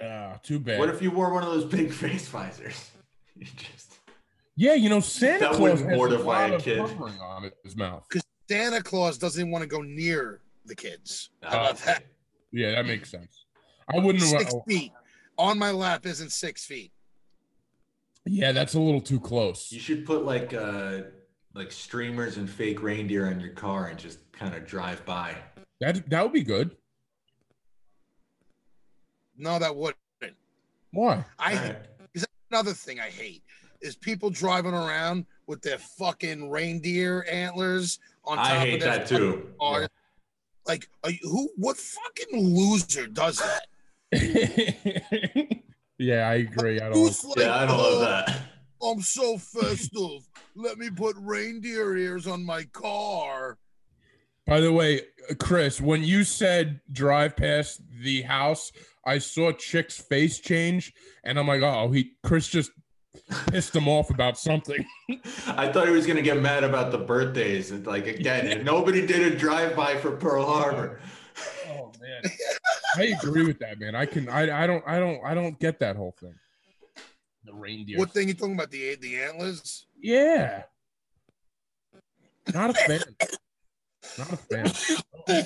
S2: Uh, too bad.
S4: What if you wore one of those big face visors? You just
S2: yeah, you know Santa
S4: That
S2: Claus
S4: wouldn't
S2: has a
S4: mortify
S2: lot
S4: a
S2: of
S4: kid.
S2: covering on his mouth.
S3: Santa Claus doesn't want to go near the kids.
S4: Ah,
S3: about Oh, that?
S2: Yeah, that makes sense. I wouldn't.
S3: Six feet on my lap isn't six feet.
S2: Yeah, that's a little too close.
S4: You should put like uh like streamers and fake reindeer on your car and just kind of drive by.
S2: That that would be good.
S3: No, that would.
S2: Why?
S3: I
S4: All right.
S3: another thing I hate is people driving around with their fucking reindeer antlers on top
S4: I hate
S3: of their
S4: that too.
S3: car. Like, are you, who? What fucking loser does that?
S2: yeah, I agree. I don't.
S3: Who's like,
S4: Yeah, I don't
S3: "Oh,
S4: love that.
S3: I'm so festive. Let me put reindeer ears on my car.
S2: By the way, Chris, when you said drive past the house, I saw Chick's face change, and I'm like, oh, he Chris just pissed him off about something.
S4: I thought he was gonna get mad about the birthdays and like again, if nobody did a drive by for Pearl Harbor.
S2: Oh man, I agree with that, man. I can. I. I don't. I don't. I don't get that whole thing. The reindeer.
S3: What thing you talking about? The the antlers?
S2: Yeah. Not a fan. Not a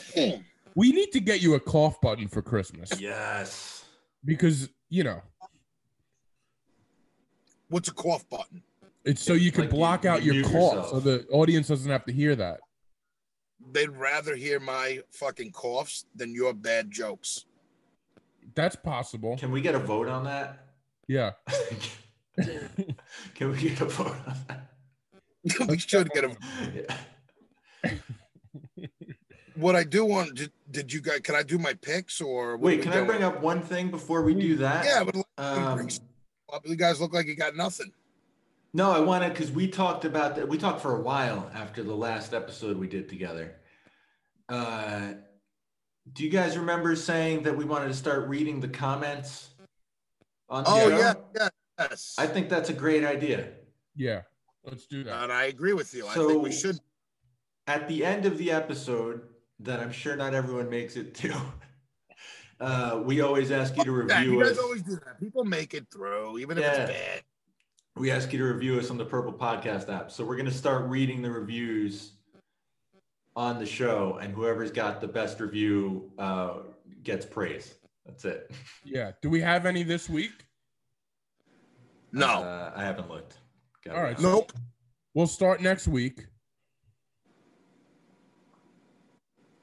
S2: fan. We need to get you a cough button for Christmas
S4: Yes.
S2: because you know
S3: What's a cough button?
S2: it's so you can
S4: Like you-
S2: block
S4: you
S2: out your
S4: mute
S2: cough
S4: yourself.
S2: so the audience doesn't have to hear that.
S3: They'd rather hear my fucking coughs than your bad jokes.
S2: That's possible.
S4: Can we get a vote on that?
S2: Yeah.
S4: Can we get a vote on that?
S3: we should get a
S4: Yeah.
S3: What I do want did, did you guys? Can I do my picks or what
S4: Wait, can I bring up one thing before we do that?
S3: Yeah, but
S4: Um,
S3: you guys look like you got nothing.
S4: no, I want to because we talked about that. We talked for a while after the last episode we did together. Uh, do you guys remember saying that we wanted to start reading the comments? On the
S3: Oh
S4: show?
S3: yeah, yeah, yes.
S4: I think that's a great idea.
S2: Yeah. Let's do that.
S4: Uh,
S3: and I agree with you. I
S4: So-
S3: think we should.
S4: at the end of the episode that I'm sure not everyone makes it to, uh, we always ask you to
S3: Yeah,
S4: review
S3: you guys
S4: us.
S3: always do that. People make it through, even if
S4: Yeah.
S3: it's bad.
S4: we ask you to review us on the Purple Podcast app. So we're going to start reading the reviews on the show, and whoever's got the best review uh, gets praise. That's it.
S2: Yeah. Do we have any this week?
S3: No.
S4: Uh, I haven't looked. Gotta
S2: All
S4: be
S2: right,
S4: honest.
S3: nope.
S2: We'll start next week.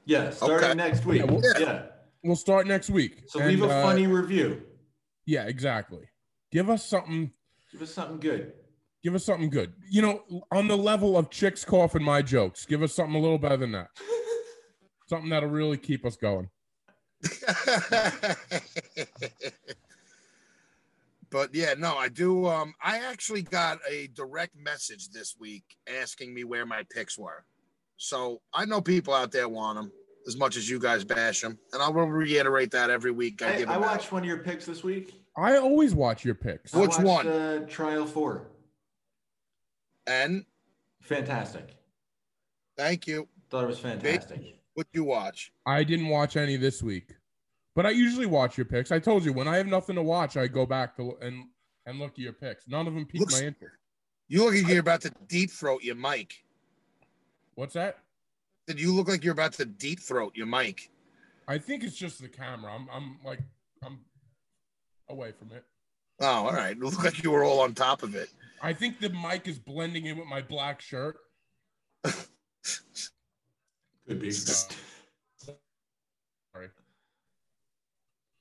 S4: Yeah, starting
S3: Okay.
S4: next week.
S2: Yeah,
S4: Yeah.
S2: we'll- We'll start next week.
S4: So
S2: And,
S4: leave a
S2: uh,
S4: funny review.
S2: Yeah, exactly. Give us something.
S4: Give us something good.
S2: Give us something good. You know, on the level of chicks coughing my jokes, give us something a little better than that. something that'll really keep us going.
S3: but yeah, no, I do. Um, I actually got a direct message this week asking me where my picks were. So I know people out there want them as much as you guys bash them, and I will reiterate that every week. I,
S4: I,
S3: give
S4: I
S3: them out.
S4: watched one of your picks this week.
S2: I always watch your picks.
S4: I
S3: Which
S4: watched,
S3: one?
S4: Uh, Trial Four.
S3: And
S4: Fantastic.
S3: thank you.
S4: Thought it was fantastic.
S3: What you watch?
S2: I didn't watch any this week, but I usually watch your picks. I told you when I have nothing to watch, I go back to and and look at your picks. None of them piqued
S3: Looks-
S2: my interest.
S3: You look like you're about to deep throat your mic.
S2: What's that?
S3: Did you look like you're about to deep throat your mic?
S2: I think it's just the camera. I'm I'm like I'm away from it.
S3: Oh, all right. Look like you were all on top of it.
S2: I think the mic is blending in with my black shirt.
S4: Could be.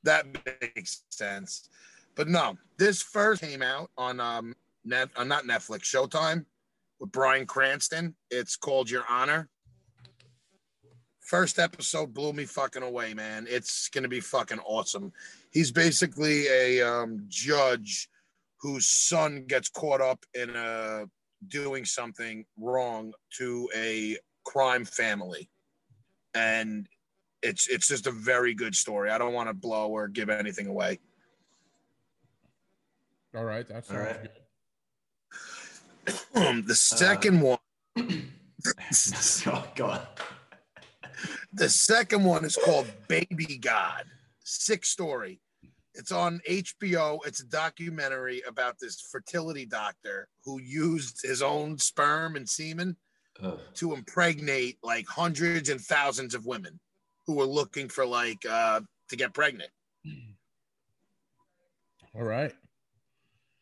S3: That makes sense. But no, this first came out on um net uh, not Netflix, Showtime with Brian Cranston. It's called Your Honor. First episode blew me fucking away, man. It's gonna be fucking awesome. He's basically a um, judge whose son gets caught up in uh doing something wrong to a crime family, and it's it's just a very good story. I don't want to blow or give anything away.
S2: All right, that
S4: All
S2: sounds
S4: right.
S2: good.
S4: Uh,
S3: Um, the second one,
S4: oh, God.
S3: the second one is called Baby God. Sick story. It's on HBO. It's a documentary about this fertility doctor who used his own sperm and semen
S4: Ugh.
S3: to impregnate like hundreds and thousands of women who were looking for like uh, to get pregnant.
S2: All right.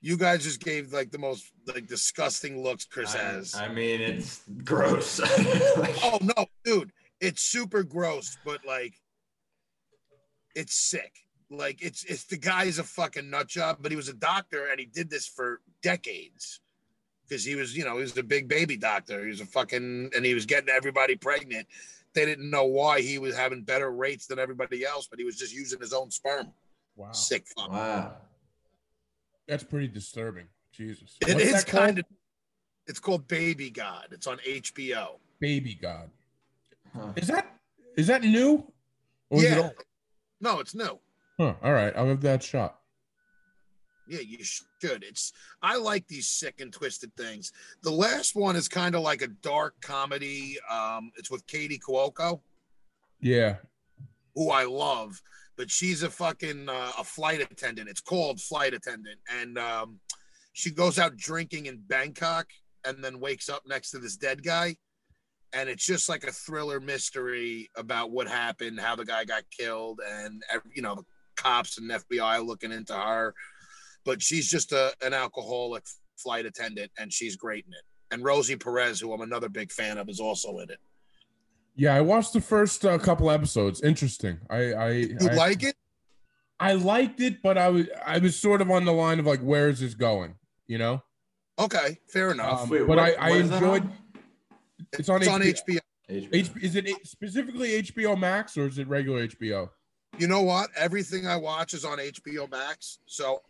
S3: You guys just gave like the most like disgusting looks Chris
S4: I,
S3: has.
S4: I mean, it's gross.
S3: Oh no, dude, it's super gross, but like, it's sick. Like, it's it's the guy is a fucking nut job, but he was a doctor and he did this for decades because he was, you know, he was a big baby doctor. He was a fucking and he was getting everybody pregnant. They didn't know why he was having better rates than everybody else, but he was just using his own sperm.
S2: Wow.
S3: Sick fuck.
S4: Wow.
S2: That's pretty disturbing. Jesus.
S3: It
S2: What's
S3: is
S2: that called?
S3: kind of. It's called Baby God. It's on HBO.
S2: Baby God.
S4: Huh.
S2: Is that is that new? Or is it
S3: Yeah.
S2: old?
S3: No, it's new.
S2: Huh. All right. I'll give that a shot.
S3: Yeah, you should. It's I like these sick and twisted things. The last one is kind of like a dark comedy. Um, it's with Katie Cuoco,
S2: Yeah.
S3: who I love, but she's a fucking uh, a flight attendant. It's called Flight Attendant, and um, she goes out drinking in Bangkok and then wakes up next to this dead guy, and it's just like a thriller mystery about what happened, how the guy got killed, and ev- you know the cops and FBI looking into her. But she's just a, an alcoholic flight attendant, and she's great in it. And Rosie Perez, who I'm another big fan of, is also in it.
S2: Yeah, I watched the first uh, couple episodes. Interesting. I I
S3: You
S2: I,
S3: like it?
S2: I liked it, but I was I was sort of on the line of like, where is this going? You know.
S3: Okay, fair enough.
S2: Um,
S4: Wait,
S2: but
S4: what-
S2: I, I
S4: what is that
S2: enjoyed.
S4: on?
S2: It's on
S3: it's on
S2: HBO.
S3: HBO.
S4: HBO.
S2: H- is it specifically HBO Max or is it regular HBO?
S3: You know what? Everything I watch is on HBO Max. So,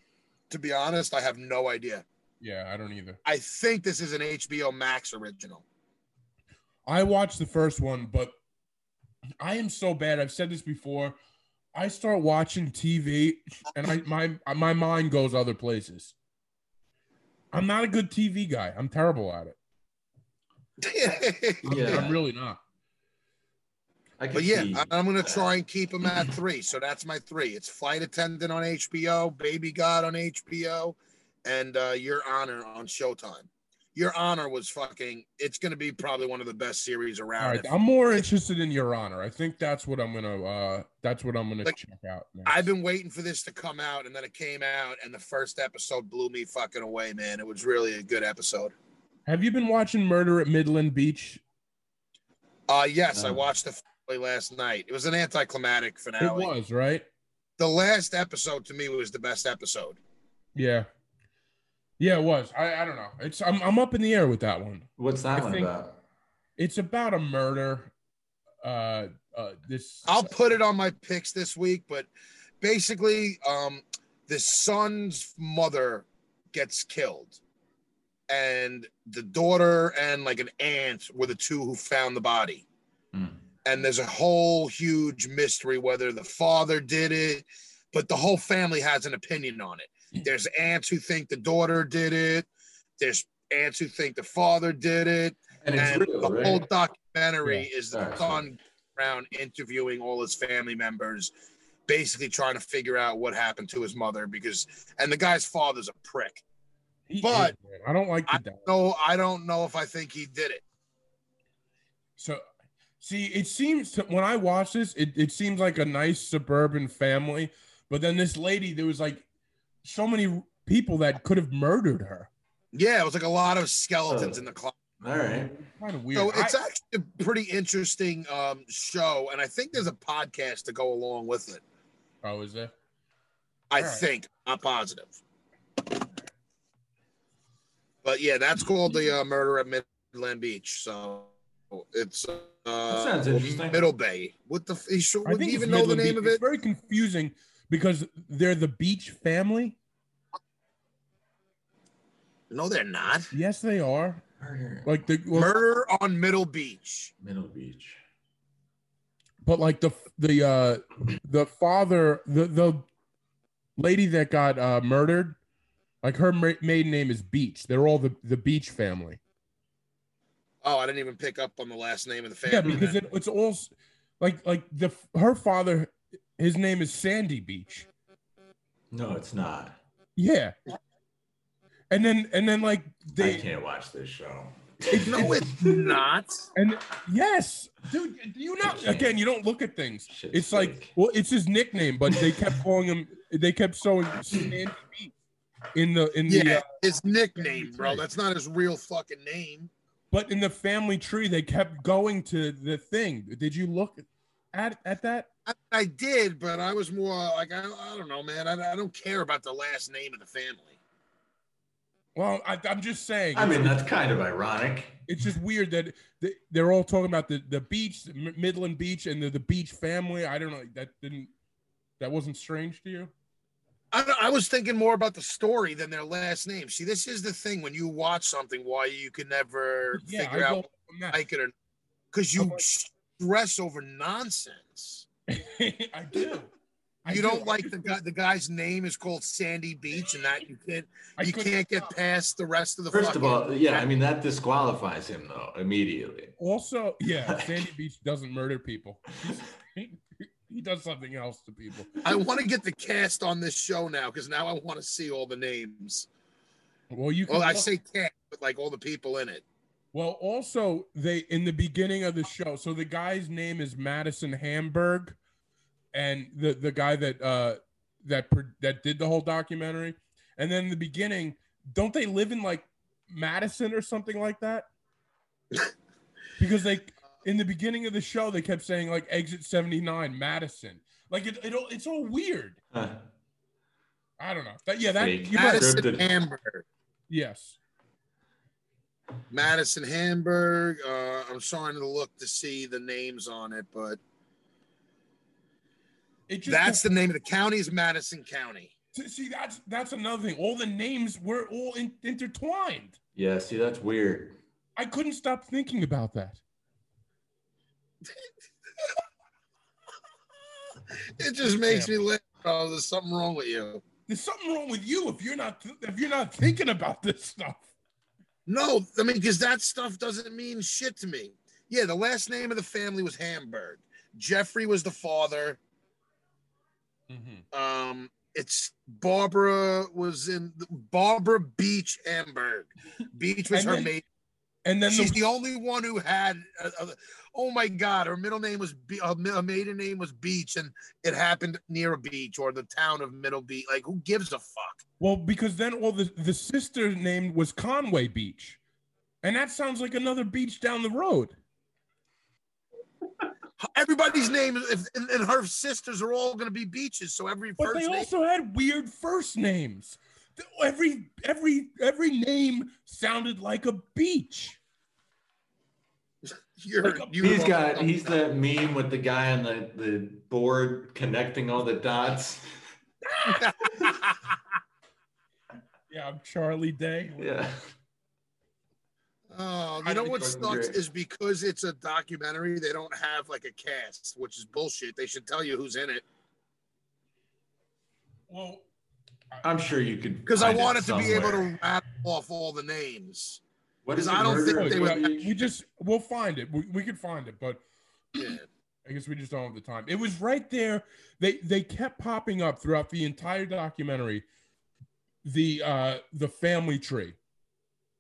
S3: to be honest, I have no idea.
S2: Yeah, I don't either.
S3: I think this is an HBO Max original.
S2: I watched the first one, but I am so bad. I've said this before. I start watching TV and I my my mind goes other places. I'm not a good TV guy. I'm terrible at it. I'm,
S4: Yeah.
S2: I'm really not.
S4: I can
S3: but yeah,
S4: see.
S3: I- I'm going to try and keep them at three. So, that's my three it's Flight Attendant on HBO, Baby God on HBO, and uh, Your Honor on Showtime. Your Honor was fucking. It's going to be probably one of the best series
S2: All
S3: around.
S2: right,
S3: if-
S2: I'm more interested in Your Honor. I think that's what I'm gonna. Uh, that's what I'm gonna
S3: Like,
S2: check out. next.
S3: I've been waiting for this to come out, and then it came out, and the first episode blew me fucking away, man. It was really a good episode.
S2: Have you been watching Murder at Midland Beach?
S3: Uh, yes, I
S4: Oh.
S3: watched the finale last night. It was an anticlimactic finale.
S2: It was right.
S3: The last episode to me was the best episode.
S2: Yeah, yeah, it was. I, I don't know. It's I'm I'm up in the air with that one.
S4: What's that
S2: I
S4: one
S2: think-
S4: about?
S2: It's about a murder. Uh, uh this.
S3: I'll put it on my picks this week, but basically, um, the son's mother gets killed, and the daughter and like an aunt were the two who found the body.
S4: Hmm.
S3: And there's a whole huge mystery whether the father did it, but the whole family has an opinion on
S4: Hmm.
S3: it. There's aunts who think the daughter did it. There's aunts who think the father did it
S4: And it's
S3: and
S4: real,
S3: the
S4: right?
S3: whole documentary is the
S4: All right.
S3: son around interviewing all his family members, basically trying to figure out what happened to his mother because and the guy's father's a prick.
S2: He is,
S3: but-
S2: man. I don't like the dad.
S3: No, I don't know if I think he did it.
S2: So, see, it seems to, when I watch this, it, it seems like a nice suburban family. But then this lady, there was like so many people that could have murdered her.
S3: Yeah, it was like a lot of
S4: Oh.
S3: skeletons in the closet.
S4: All right.
S2: Kind of weird.
S3: So it's
S2: I-
S3: actually a pretty interesting um, show, and I think there's a podcast to go along with it.
S2: oh, is there?
S3: I
S2: All right.
S3: think I'm positive. But yeah, that's called the uh, murder at Midland Beach. So it's uh,
S4: sounds interesting.
S3: Middle Bay. What the? f- He sure
S2: I
S3: would
S2: think
S3: you
S2: it's
S3: even know the
S2: Midland
S3: name
S2: Beach.
S3: of
S2: It's
S3: it?
S2: very confusing because they're the beach family.
S3: No, they're not.
S2: Yes, they are.
S4: Murder.
S2: Like the well,
S3: murder on Middle Beach.
S4: Middle Beach.
S2: but like the the uh the father the the lady that got uh murdered like her ma- maiden name is beach they're all the the beach family
S3: Oh, I didn't even pick up on the last name of the
S2: yeah
S3: family.
S2: because it, it's all s- like like the her father his name is sandy beach
S4: No, it's not.
S2: yeah and then and then like
S4: I
S2: they
S4: can't watch this show.
S2: it-
S3: no,
S2: it-
S3: it's not.
S2: and yes dude do you
S4: I
S2: not
S4: can't.
S2: again you don't look at things
S4: Shit's
S2: it's like
S4: fake.
S2: well it's his nickname but they kept calling him they kept showing sandy beach in the in the uh,
S3: Yeah, his nickname, bro. That's not his real fucking name.
S2: But in the family tree, they kept going to the thing. Did you look at at that?
S3: I, I did, but I was more like I, I don't know, man. I, I don't care about the last name of the family.
S2: Well, I, I'm just saying.
S4: I mean, that's kind of ironic.
S2: it's just weird that th- they're all talking about the the beach, M- Midland Beach, and the, the beach family. I don't know. That didn't. That wasn't strange to you.
S3: I, don't- I was thinking more about the story than their last name. See, this is the thing when you watch something, why you can never
S2: Yeah, I
S3: figure
S2: go
S3: out
S2: from
S3: if
S2: that.
S3: you like it or because you
S2: I'm like-
S3: stress over nonsense.
S2: I do. I do.
S3: you do.
S2: I
S3: not like
S2: just-
S3: the guy. The guy's name is called Sandy Beach, and that you can't
S2: I
S3: you
S2: couldn't
S3: can't get
S2: stop.
S3: past the rest of the.
S4: First of
S3: fucking-
S4: all, yeah, I mean that disqualifies him though immediately.
S2: Also, yeah, Sandy Beach doesn't murder people. he does something else to people.
S3: I want to get the cast on this show now because now I want to see all the names.
S2: Well, you. Can
S3: Well, I
S2: look.
S3: say cast, but like all the people in it.
S2: Well, also they in the beginning of the show. So the guy's name is Madison Hamburg, and the the guy that uh that pro- that did the whole documentary. And then in the beginning, don't they live in like Madison or something like that? because they in the beginning of the show they kept saying like exit seventy nine Madison. Like it, it all, it's all weird.
S4: Huh.
S2: I don't know. That, yeah, that
S4: Fake.
S2: you might,
S3: Madison
S4: Scripted.
S3: Hamburg.
S2: yes.
S3: Madison Hamburg. Uh, I'm trying to look to see the names on it, but
S2: It just
S3: that's the name of the county is Madison County.
S2: See- See, that's that's another thing. All the names were all in, intertwined.
S4: Yeah, see that's weird.
S2: I couldn't stop thinking about that.
S3: It just makes me laugh. Oh, there's something wrong with you.
S2: There's something wrong with you if you're not th- if you're not thinking about this stuff.
S3: No, I mean, because that stuff doesn't mean shit to me. Yeah, the last name of the family was
S2: Mm-hmm.
S3: Hamburg. Jeffrey was the father. Um, it's Barbara was in Barbara Beach Amberg. Beach was
S2: And
S3: her
S2: then-
S3: maiden.
S2: And then
S3: She's
S2: the,
S3: the only one who had. A, a- oh my God, her middle name was Be- uh, her maiden name was Beach, and it happened near a beach or the town of Middle Beach. Like, who gives a fuck?
S2: well, because then all the the sister named was Conway Beach, and that sounds like another beach down the road.
S3: Everybody's name is- if, and, and her sisters are all going to be beaches. So every
S2: But
S3: first
S2: they
S3: name.
S2: also had weird first names. Th- Every every every name sounded like a beach.
S3: you're, you
S4: He's
S3: are-
S4: got he's that meme with the guy on the, the board connecting all the dots.
S2: Yeah, I'm Charlie Day.
S4: Yeah.
S3: Oh,
S4: I
S3: you know
S4: think
S3: what
S4: fucking
S3: sucks
S4: great.
S3: is because it's a documentary, they don't have like a cast, which is bullshit. They should tell you who's in it.
S2: Well,
S4: I'm sure you could
S3: Because I
S4: find
S3: wanted to be able
S4: somewhere.
S3: to rattle off all the names.
S4: What is
S3: 'cause
S4: it,
S3: I don't
S4: Murder
S3: think
S4: on
S3: they
S4: Myrtle
S3: would-
S4: Beach?
S2: we just we'll find it. We, we could find it, but
S3: Yeah.
S2: I guess we just don't have the time. It was right there. They they kept popping up throughout the entire documentary. The uh the family tree,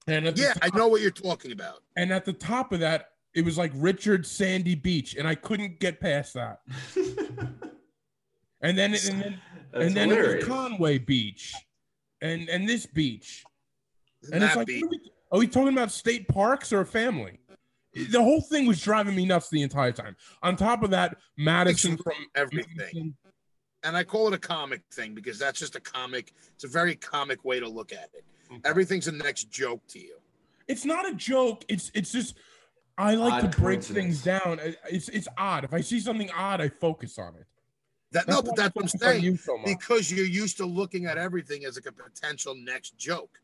S2: and at the
S3: yeah,
S2: top,
S3: I know what you're talking about.
S2: and at the top of that, it was like Richard Sandy Beach, and I couldn't get past that. And then and then
S4: That's
S2: and then it was
S4: hilarious.
S2: Conway Beach, and and this beach, and it's
S3: that
S2: like,
S3: beat.
S2: what are, we, are we talking about state parks or a family? The whole thing was driving me nuts the entire time. On top of that, Madison from
S3: everything. And I call it a comic thing because that's just a comic. It's a very comic way to look at it. Everything's a next joke to you.
S2: It's not a joke. It's it's just I like
S4: Odd
S2: to break things
S4: coincidence.
S2: down. I- It's it's odd. If I see something odd, I focus on it.
S3: That no,
S2: why
S3: but
S2: I
S3: that's what I'm
S2: focus on
S3: saying.
S2: You so much.
S3: because you're used to looking at everything as like a potential next joke.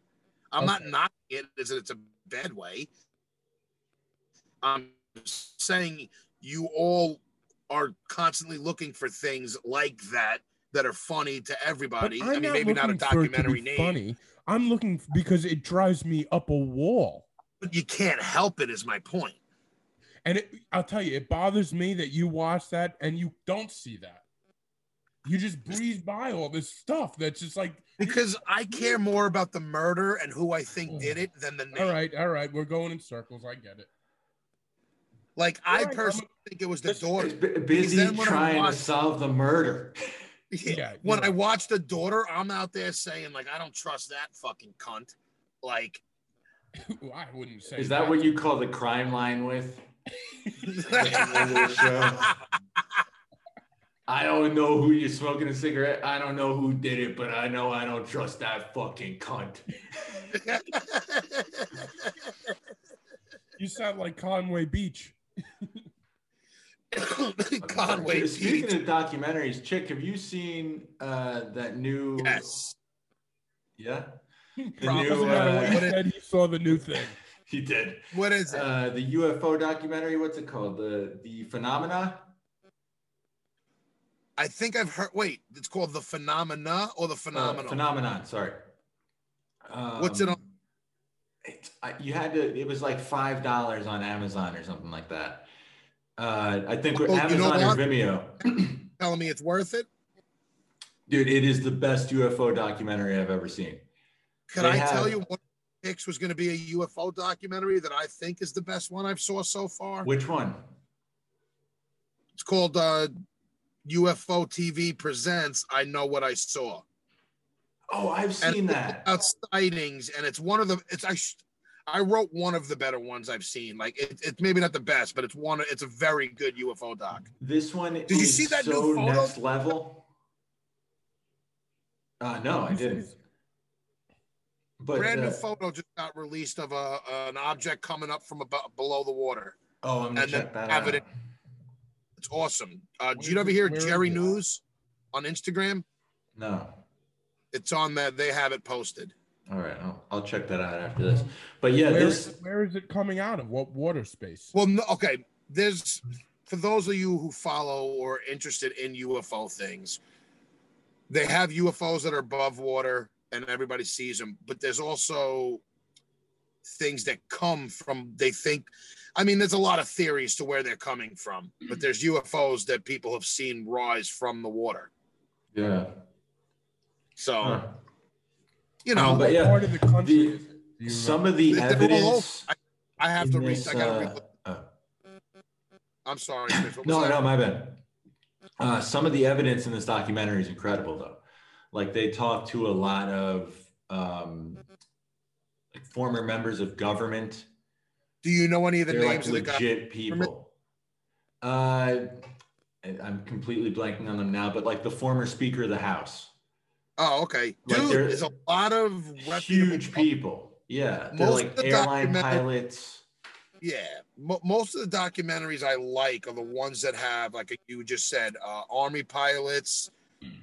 S3: I'm not
S2: Okay.
S3: knocking it as it's a bad way. I'm saying you all are constantly looking for things like that that are funny to
S2: But
S3: everybody.
S2: I'm
S3: I mean, maybe not a
S2: looking for it to be
S3: documentary name,
S2: Funny. I'm looking f- because it drives me up a wall.
S3: but you can't help it. Is my point.
S2: And it, I'll tell you, it bothers me that you watch that and you don't see that. You just breeze by all this stuff that's just like,
S3: Because I care more about the murder and who I
S2: Mm.
S3: think did it than the name.
S2: all right, all right, we're going in circles. I get it.
S3: Like
S2: All
S3: I
S2: right, I'm-
S3: personally think it was the
S2: Listen,
S3: daughter.
S4: He's bu- busy
S3: then when I
S4: trying to
S3: watched-
S4: solve the murder.
S3: Yeah.
S2: Yeah, you're
S3: when I
S2: right.
S3: watch the daughter, I'm out there saying like, I don't trust that fucking cunt. Like,
S2: I wouldn't say.
S4: Is that what you call the crime line with? I don't know who you're smoking a cigarette. I don't know who did it, but I know I don't trust that fucking cunt.
S2: You sound like Conway Beach.
S3: Conway
S4: Speaking
S3: Pete.
S4: of documentaries, Chick, have you seen uh, that new?
S3: Yes.
S4: Yeah. The
S2: Doesn't
S4: new.
S2: matter what
S4: Uh,
S2: you said, you saw the new thing.
S4: he did.
S3: What is it?
S4: Uh, the UFO documentary. What's it called? The the phenomena. Uh,
S3: I think I've heard. Wait, it's called the phenomena or the
S4: Uh,
S3: phenomenon.
S4: phenomenon. Sorry.
S3: What's it on?
S4: Um, It, I, you had to. It was like five dollars on Amazon or something like that. Uh, I think we're
S3: Oh, you know
S4: Amazon or
S3: what?
S4: Vimeo.
S3: Telling me it's worth it.
S4: Dude, it is the best UFO documentary I've ever seen.
S3: Could
S4: They
S3: I tell
S4: have-
S3: you what picks was going to be a UFO documentary that I think is the best one I've saw so far?
S4: Which one?
S3: It's called uh, UFO TV Presents. I know what I saw.
S4: Oh, I've seen
S3: and
S4: that.
S3: About sightings, and it's one of the. It's I. sh- I wrote one of the better ones I've seen. Like it, it's maybe not the best, but it's one. It's a very good UFO doc.
S4: This one Did
S3: you see that new
S4: so
S3: photo?
S4: next level. Uh, no, I didn't. But
S3: Brand
S4: uh,
S3: new photo just got released of a an object coming up from about below the water.
S4: oh, I'm gonna
S3: and then
S4: check that
S3: have
S4: out.
S3: it It's awesome. Uh,
S2: Where
S3: did you
S2: is
S3: ever
S2: it-
S3: hear
S2: where is
S3: Jerry
S2: it?
S3: News on Instagram?
S4: No,
S3: It's on there. They have it posted.
S4: all right, I'll, I'll check that out after this. But yeah,
S2: Where
S4: this
S2: is, where is it coming out of? What water space?
S3: Well, no, okay. There's for those of you who follow or are interested in UFO things, they have UFOs that are above water and everybody sees them, but there's also things that come from they think I mean, there's a lot of theories to where they're coming from, but there's UFOs that people have seen rise from the water.
S4: yeah,
S3: So
S4: Huh.
S3: you
S4: Um,
S3: know,
S4: but yeah,
S2: part of the country
S4: the-
S2: is the United-
S4: Some of the
S3: They're all
S4: evidence.
S3: I have
S4: in
S3: to read.
S4: this,
S3: I gotta
S4: uh,
S3: read.
S4: uh,
S3: I'm sorry. Chris, what was
S4: No,
S3: that?
S4: no, my bad. Uh, some of the evidence in this documentary is incredible, though. Like they talk to a lot of um, like former members of government.
S3: Do you know any of the
S4: They're like
S3: names of the guys?
S4: legit people. Uh, and I'm completely blanking on them now, but like the former Speaker of the House,
S3: Oh, okay.
S4: Like,
S3: Dude,
S4: they're-
S3: there's a lot of reputable-
S4: huge people. Yeah, they're
S3: Most of
S4: like
S3: the
S4: airline
S3: documentary-
S4: pilots.
S3: Yeah, Mo most of the documentaries I like are the ones that have, like you just said, uh, army pilots,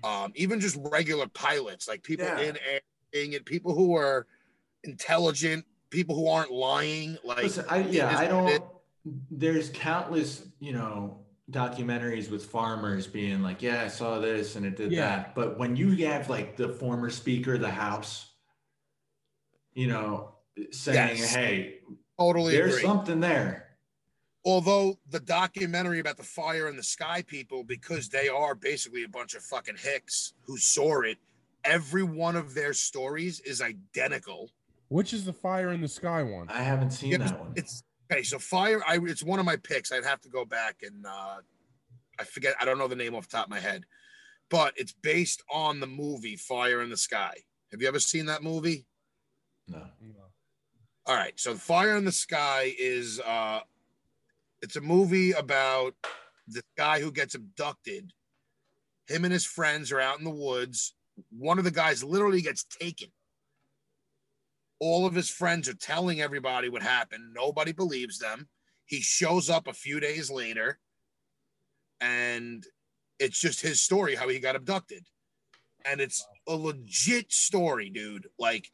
S3: um, even just regular pilots, like people
S4: Yeah.
S3: in air, being it people who are intelligent, people who aren't lying. Like,
S4: Listen, I, yeah,
S3: is-
S4: I don't.
S3: it-
S4: There's countless, you know, documentaries with farmers being like, "Yeah, I saw this and it did
S2: Yeah.
S4: that." But when you have like the former Speaker of the House, you know, saying,
S3: Yes.
S4: "Hey,
S3: totally
S4: there's
S3: agree.
S4: something there,"
S3: Although the documentary about the fire in the sky people, because they are basically a bunch of fucking hicks who saw it, every one of their stories is identical.
S2: Which is the fire in the sky one?
S4: I haven't seen
S3: Yeah,
S4: that one.
S3: It's okay. So fire, I it's one of my picks. I'd have to go back and uh, I forget. I don't know the name off the top of my head, but it's based on the movie Fire in the Sky. Have you ever seen that movie?
S4: no.
S3: All right. So Fire in the Sky is uh, it's a movie about the guy who gets abducted. Him and his friends are out in the woods. One of the guys literally gets taken. All of his friends are telling everybody what happened. Nobody believes them. He shows up a few days later, and it's just his story how he got abducted. And it's a legit story, dude. Like,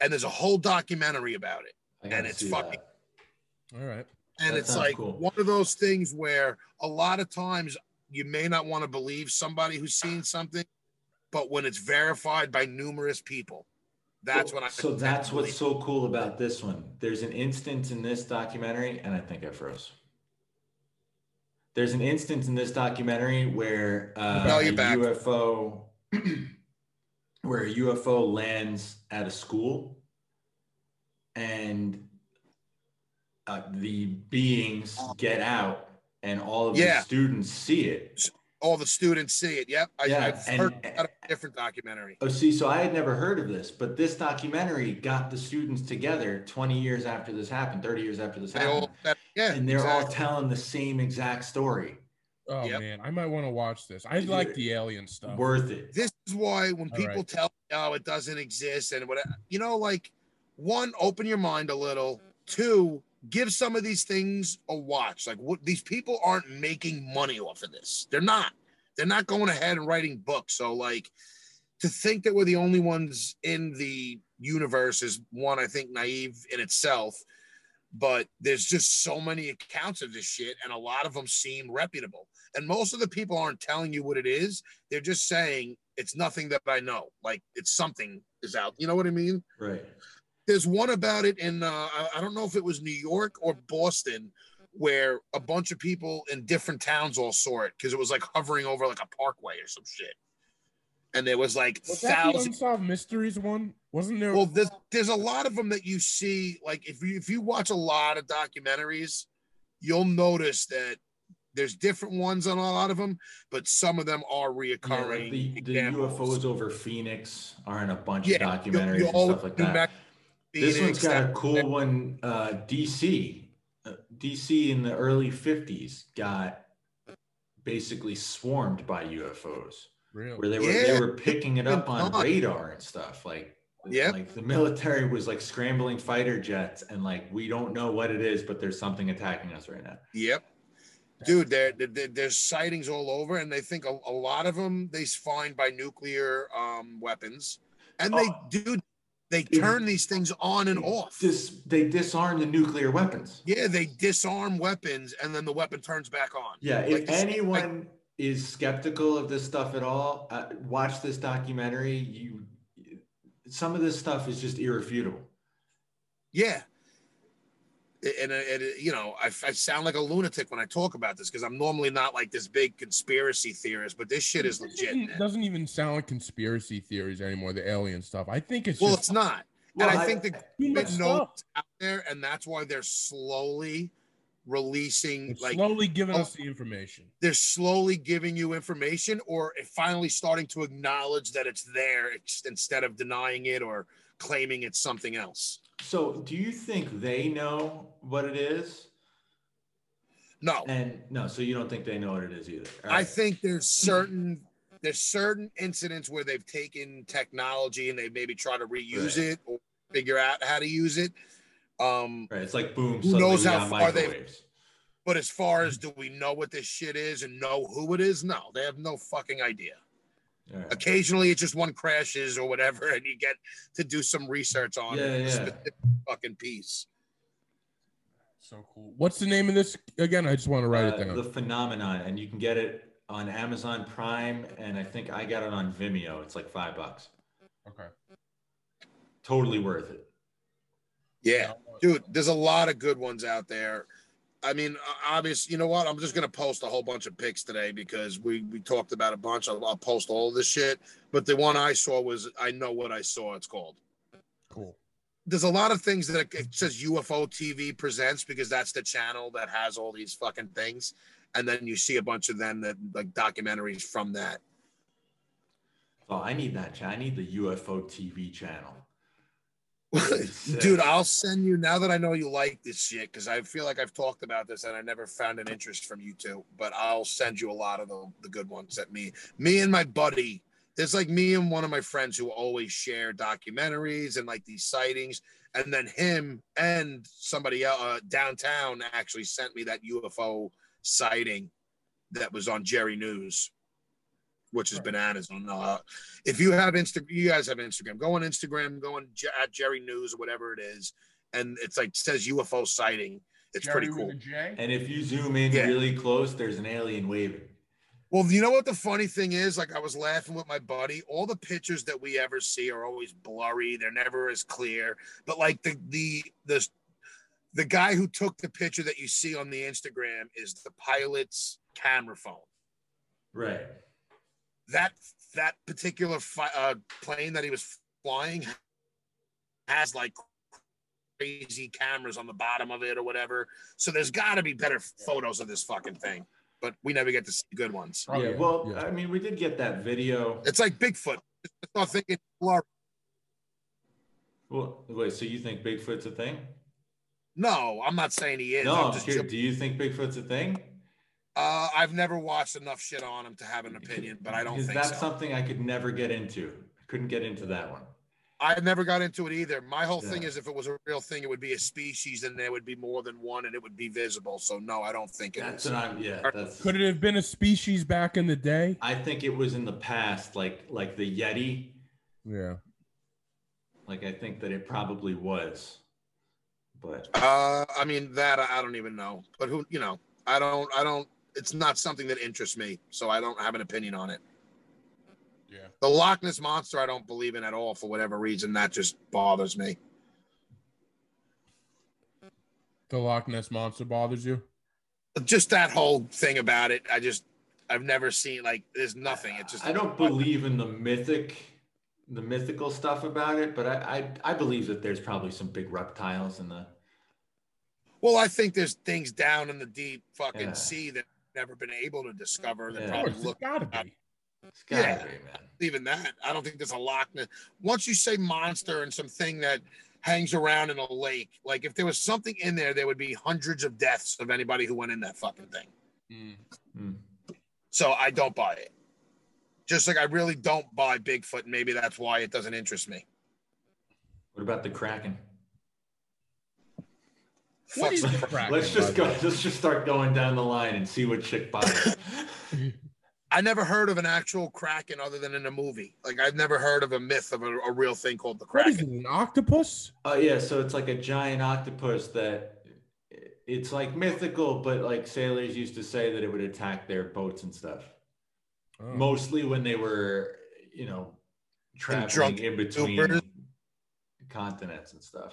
S3: and there's a whole documentary about it
S4: I gotta
S3: and it's
S4: see
S3: fucking-
S4: that.
S2: All right.
S3: and
S4: That
S3: it's
S4: sounds
S3: like
S4: cool.
S3: one of those things where a lot of times you may not want to believe somebody who's seen something, but when it's verified by numerous people, that's
S4: Cool.
S3: when I.
S4: So that's what's so cool about this one. There's an instance in this documentary, and I think I froze. There's an instance in this documentary where uh,
S3: No,
S4: a
S3: you're back.
S4: UFO, where a UFO lands at a school, and uh, the beings get out, and all of
S3: Oh. Yeah.
S4: the students see it.
S3: all the students see it. Yep, I,
S4: Yeah,
S3: I've
S4: and-
S3: heard about a different documentary.
S4: Oh, see, so I had never heard of this, but this documentary got the students together 20 years after this happened, 30 years after this
S3: They
S4: happened.
S3: all, that, yeah,
S4: And they're all
S3: exactly.
S4: telling the same exact story.
S2: Oh
S3: Yep.
S2: man, I might want to watch this. I like the alien stuff.
S4: Worth it.
S3: this is why when
S2: All
S3: people
S2: right.
S3: tell me, oh it doesn't exist and what you know like one open your mind a little two give some of these things a watch like what these people aren't making money off of this they're not they're not going ahead and writing books so like to think that we're the only ones in the universe is one i think naive in itself but there's just so many accounts of this shit and a lot of them seem reputable and most of the people aren't telling you what it is they're just saying it's nothing that I know. Like it's something is out. You know what I mean?
S4: Right.
S3: There's one about it in uh, I- I don't know if it was New York or Boston, where a bunch of people in different towns all saw it because it was like hovering over like a parkway or some shit. And there was like
S2: Was that the
S3: thousands.
S2: Unsolved Mysteries one? Wasn't there?
S3: Well, there's, there's a lot of them that you see. Like if you if you watch a lot of documentaries, you'll notice that there's different ones on a lot of them, but some of them are
S4: Yeah,
S3: reoccurring.
S4: like the, the
S3: examples.
S4: UFOs over Phoenix are in a bunch
S3: Yeah,
S4: of documentaries
S3: you
S4: and
S3: all
S4: stuff like
S3: do
S4: that.
S3: back-
S4: this one's
S3: Phoenix,
S4: got a
S3: that-
S4: cool one. Uh, DC, uh, DC in the early 50s got basically swarmed by UFOs.
S2: really?
S4: where they were
S3: Yeah.
S4: they were picking it up on
S3: Come on.
S4: radar and stuff like
S3: Yep.
S4: like the military was like scrambling fighter jets and like we don't know what it is but there's something attacking us right now
S3: Yep. Dude, there, there- there's sightings all over, and they think a, a lot of them they find by nuclear um, weapons, and they
S4: Oh.
S3: do they turn these things on and off.
S4: Dis- they disarm the nuclear weapons
S3: Yeah, they disarm weapons, and then the weapon turns back on.
S4: yeah
S3: Like
S4: if
S3: this-
S4: anyone is skeptical of this stuff at all uh, watch this documentary you some of this stuff is just irrefutable
S3: Yeah. and it, it, you know, I, I sound like a lunatic when I talk about this because I'm normally not like this big conspiracy theorist, but this shit is
S2: It
S3: legit. man.
S2: doesn't even sound like conspiracy theories anymore. The alien stuff. I think it's
S3: Well,
S2: just
S3: it's not.
S4: Well,
S3: and I, think the
S2: too much
S3: been no
S2: stuff.
S3: out there, and that's why they're slowly releasing.
S2: It's
S3: like
S2: slowly giving
S3: oh.
S2: us the information.
S3: they're slowly giving you information, or finally starting to acknowledge that it's there it's, instead of denying it or claiming it's something else.
S4: So, do you think they know what it is?
S3: No,
S4: And no, so you don't think they know what it is either. All
S3: I
S4: right.
S3: think there's certain there's certain incidents where they've taken technology and they maybe try to reuse
S4: Right.
S3: it or figure out how to use it. Um,
S4: Right, it's like boom.
S3: Who
S4: suddenly
S3: knows
S4: we
S3: how
S4: got
S3: far they've-
S4: microwaves.
S3: but as far
S4: Mm.
S3: as do we know what this shit is and know who it is? No, they have no fucking idea.
S4: All right.
S3: Occasionally, it's just one crashes or whatever, and you get to do some research on
S4: Yeah,
S3: a
S4: yeah.
S3: specific fucking piece.
S2: So cool. What's the name of this again? I just want to write it
S4: Uh,
S2: down.
S4: The phenomenon, and you can get it on Amazon Prime, and I think I got it on Vimeo. It's like five bucks.
S2: okay.
S4: Totally worth it.
S3: Yeah, dude, there's a lot of good ones out there. I mean, obviously, you know what? I'm just gonna post a whole bunch of pics today because we we talked about a bunch. I'll, I'll post all this shit. But the one I saw was I know what I saw. It's called.
S2: Cool.
S3: There's a lot of things that it says UFO TV presents because that's the channel that has all these fucking things, and then you see a bunch of them that like documentaries from that.
S4: Oh, I need that. cha- I need the UFO TV channel. Sick.
S3: Dude, I'll send you now that I know you like this shit because I feel like I've talked about this and I never found an interest from you two. But I'll send you a lot of the, the good ones that me, me and my buddy. There's like me and one of my friends who always share documentaries and like these sightings, and then him and somebody else uh, downtown actually sent me that UFO sighting that was on Jerry News, which is bananas. On uh, if you have Insta, you guys have Instagram. Go on Instagram. Go on J- at Jerry News or whatever it is, and it's like says UFO sighting. It's pretty cool.
S4: And if you zoom in
S3: Yeah.
S4: really close, there's an alien waving.
S3: Well, you know what the funny thing is? Like I was laughing with my buddy. All the pictures that we ever see are always blurry. They're never as clear. But like the the the the guy who took the picture that you see on the Instagram is the pilot's camera phone.
S4: Right.
S3: that that particular fi- uh, plane that he was flying has like crazy cameras on the bottom of it or whatever. So there's got to be better photos of this fucking thing, but we never get to see good ones.
S2: Oh,
S4: yeah.
S2: yeah,
S4: Well, uh,
S2: yeah.
S4: I mean, we did get that video.
S3: It's like Bigfoot. I thought thinking blurry.
S4: Well, wait. So you think Bigfoot's a thing?
S3: No, I'm not saying he is.
S4: No,
S3: I'm
S4: I'm
S3: just
S4: curious. Do you think Bigfoot's a thing?
S3: uh, I've never watched enough shit on him to have an opinion, but I don't
S4: Because
S3: think
S4: that's
S3: so.
S4: something I could never get into. I couldn't get into that one.
S3: I never got into it either. My whole thing
S4: Yeah.
S3: is if it was a real thing, it would be a species and there would be more than one and it would be visible. So no, I don't think it is.
S4: That's what I'm. Yeah, that's.
S2: Could it have been a species back in the day?
S4: I think it was in the past, like like the Yeti.
S2: Yeah.
S4: Like I think that it probably was, but
S3: Uh, I mean that I I don't even know, but who you know, I don't, I don't. It's not something that interests me, so I don't have an opinion on it.
S2: Yeah.
S3: The Loch Ness monster, I don't believe in at all for whatever reason. That just bothers me.
S2: The Loch Ness monster bothers you?
S3: Just that whole thing about it. I just, I've never seen like. There's nothing. It's just.
S4: I don't believe in the mythic, the mythical stuff about it. But I I, I believe that there's probably some big reptiles in the.
S3: Well, I think there's things down in the deep fucking
S4: Yeah.
S3: sea that I've never been able to discover. That
S4: Yeah.
S2: Of
S3: probably
S2: course, Oh, it's
S3: look
S2: gotta be.
S4: It's gotta
S3: Yeah.
S4: be, man.
S3: even that. I don't think there's a Loch Ness. Once you say monster and something that hangs around in a lake, like if there was something in there, there would be hundreds of deaths of anybody who went in that fucking thing.
S4: Mm.
S3: So I don't buy it. Just like I really don't buy Bigfoot, and maybe that's why it doesn't interest me.
S4: What about the kraken?
S2: What
S3: Fuck
S2: is
S3: some-
S2: the crack?
S4: Let's just go. Let's just start going down the line and see what chick buys.
S3: I never heard of an actual kraken other than in a movie. Like I've never heard of a myth of a, a real thing called the
S2: What is
S3: kraken.
S2: it? An octopus?
S4: Oh yeah, so it's like a giant octopus that it's like mythical, but like sailors used to say that it would attack their boats and stuff.
S2: Oh.
S4: Mostly when they were, you know, traveling
S3: drunk
S4: in between
S3: supers.
S4: continents and stuff.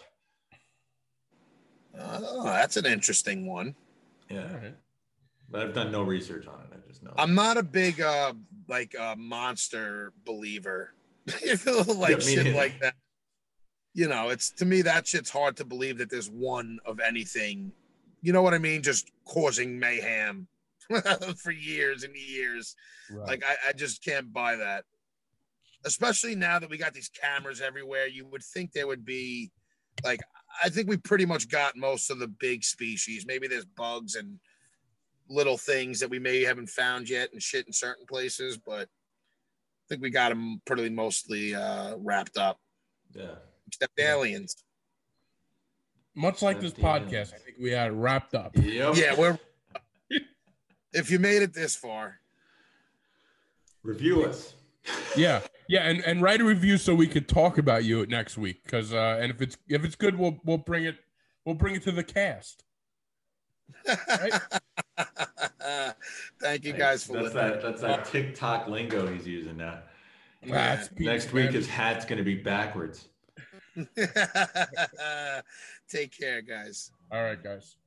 S3: Oh, that's an interesting one.
S4: Yeah,
S2: All right.
S4: but I've done no research on it. I just know.
S3: I'm not a big uh like uh monster believer. You know,
S4: Yeah,
S3: like
S4: me
S3: shit
S4: neither.
S3: like that. You know, it's to me that shit's hard to believe that there's one of anything. You know what I mean? Just causing mayhem for years and years.
S2: Right.
S3: Like I, I just can't buy that. Especially now that we got these cameras everywhere, you would think there would be like I think we pretty much got most of the big species. Maybe there's bugs and little things that we may haven't found yet and shit in certain places, but I think we got them pretty mostly uh, wrapped up,
S4: yeah.
S3: except aliens.
S2: Much like this
S4: Goddamn.
S2: podcast, I think we had it wrapped up.
S4: Yep.
S3: Yeah, we're. if you made it this far,
S4: Review us.
S2: Yeah, yeah, and, and write a review so we could talk about you next week. Because uh, and if it's if it's good, we'll we'll bring it we'll bring it to the cast.
S3: thank you guys for
S4: that's
S3: listening.
S4: that. That's that TikTok lingo he's using now.
S3: Yeah.
S2: That's Pete
S4: Next week,
S2: Spanish.
S4: his hat's going to be backwards.
S3: Take care, guys.
S2: all right, guys.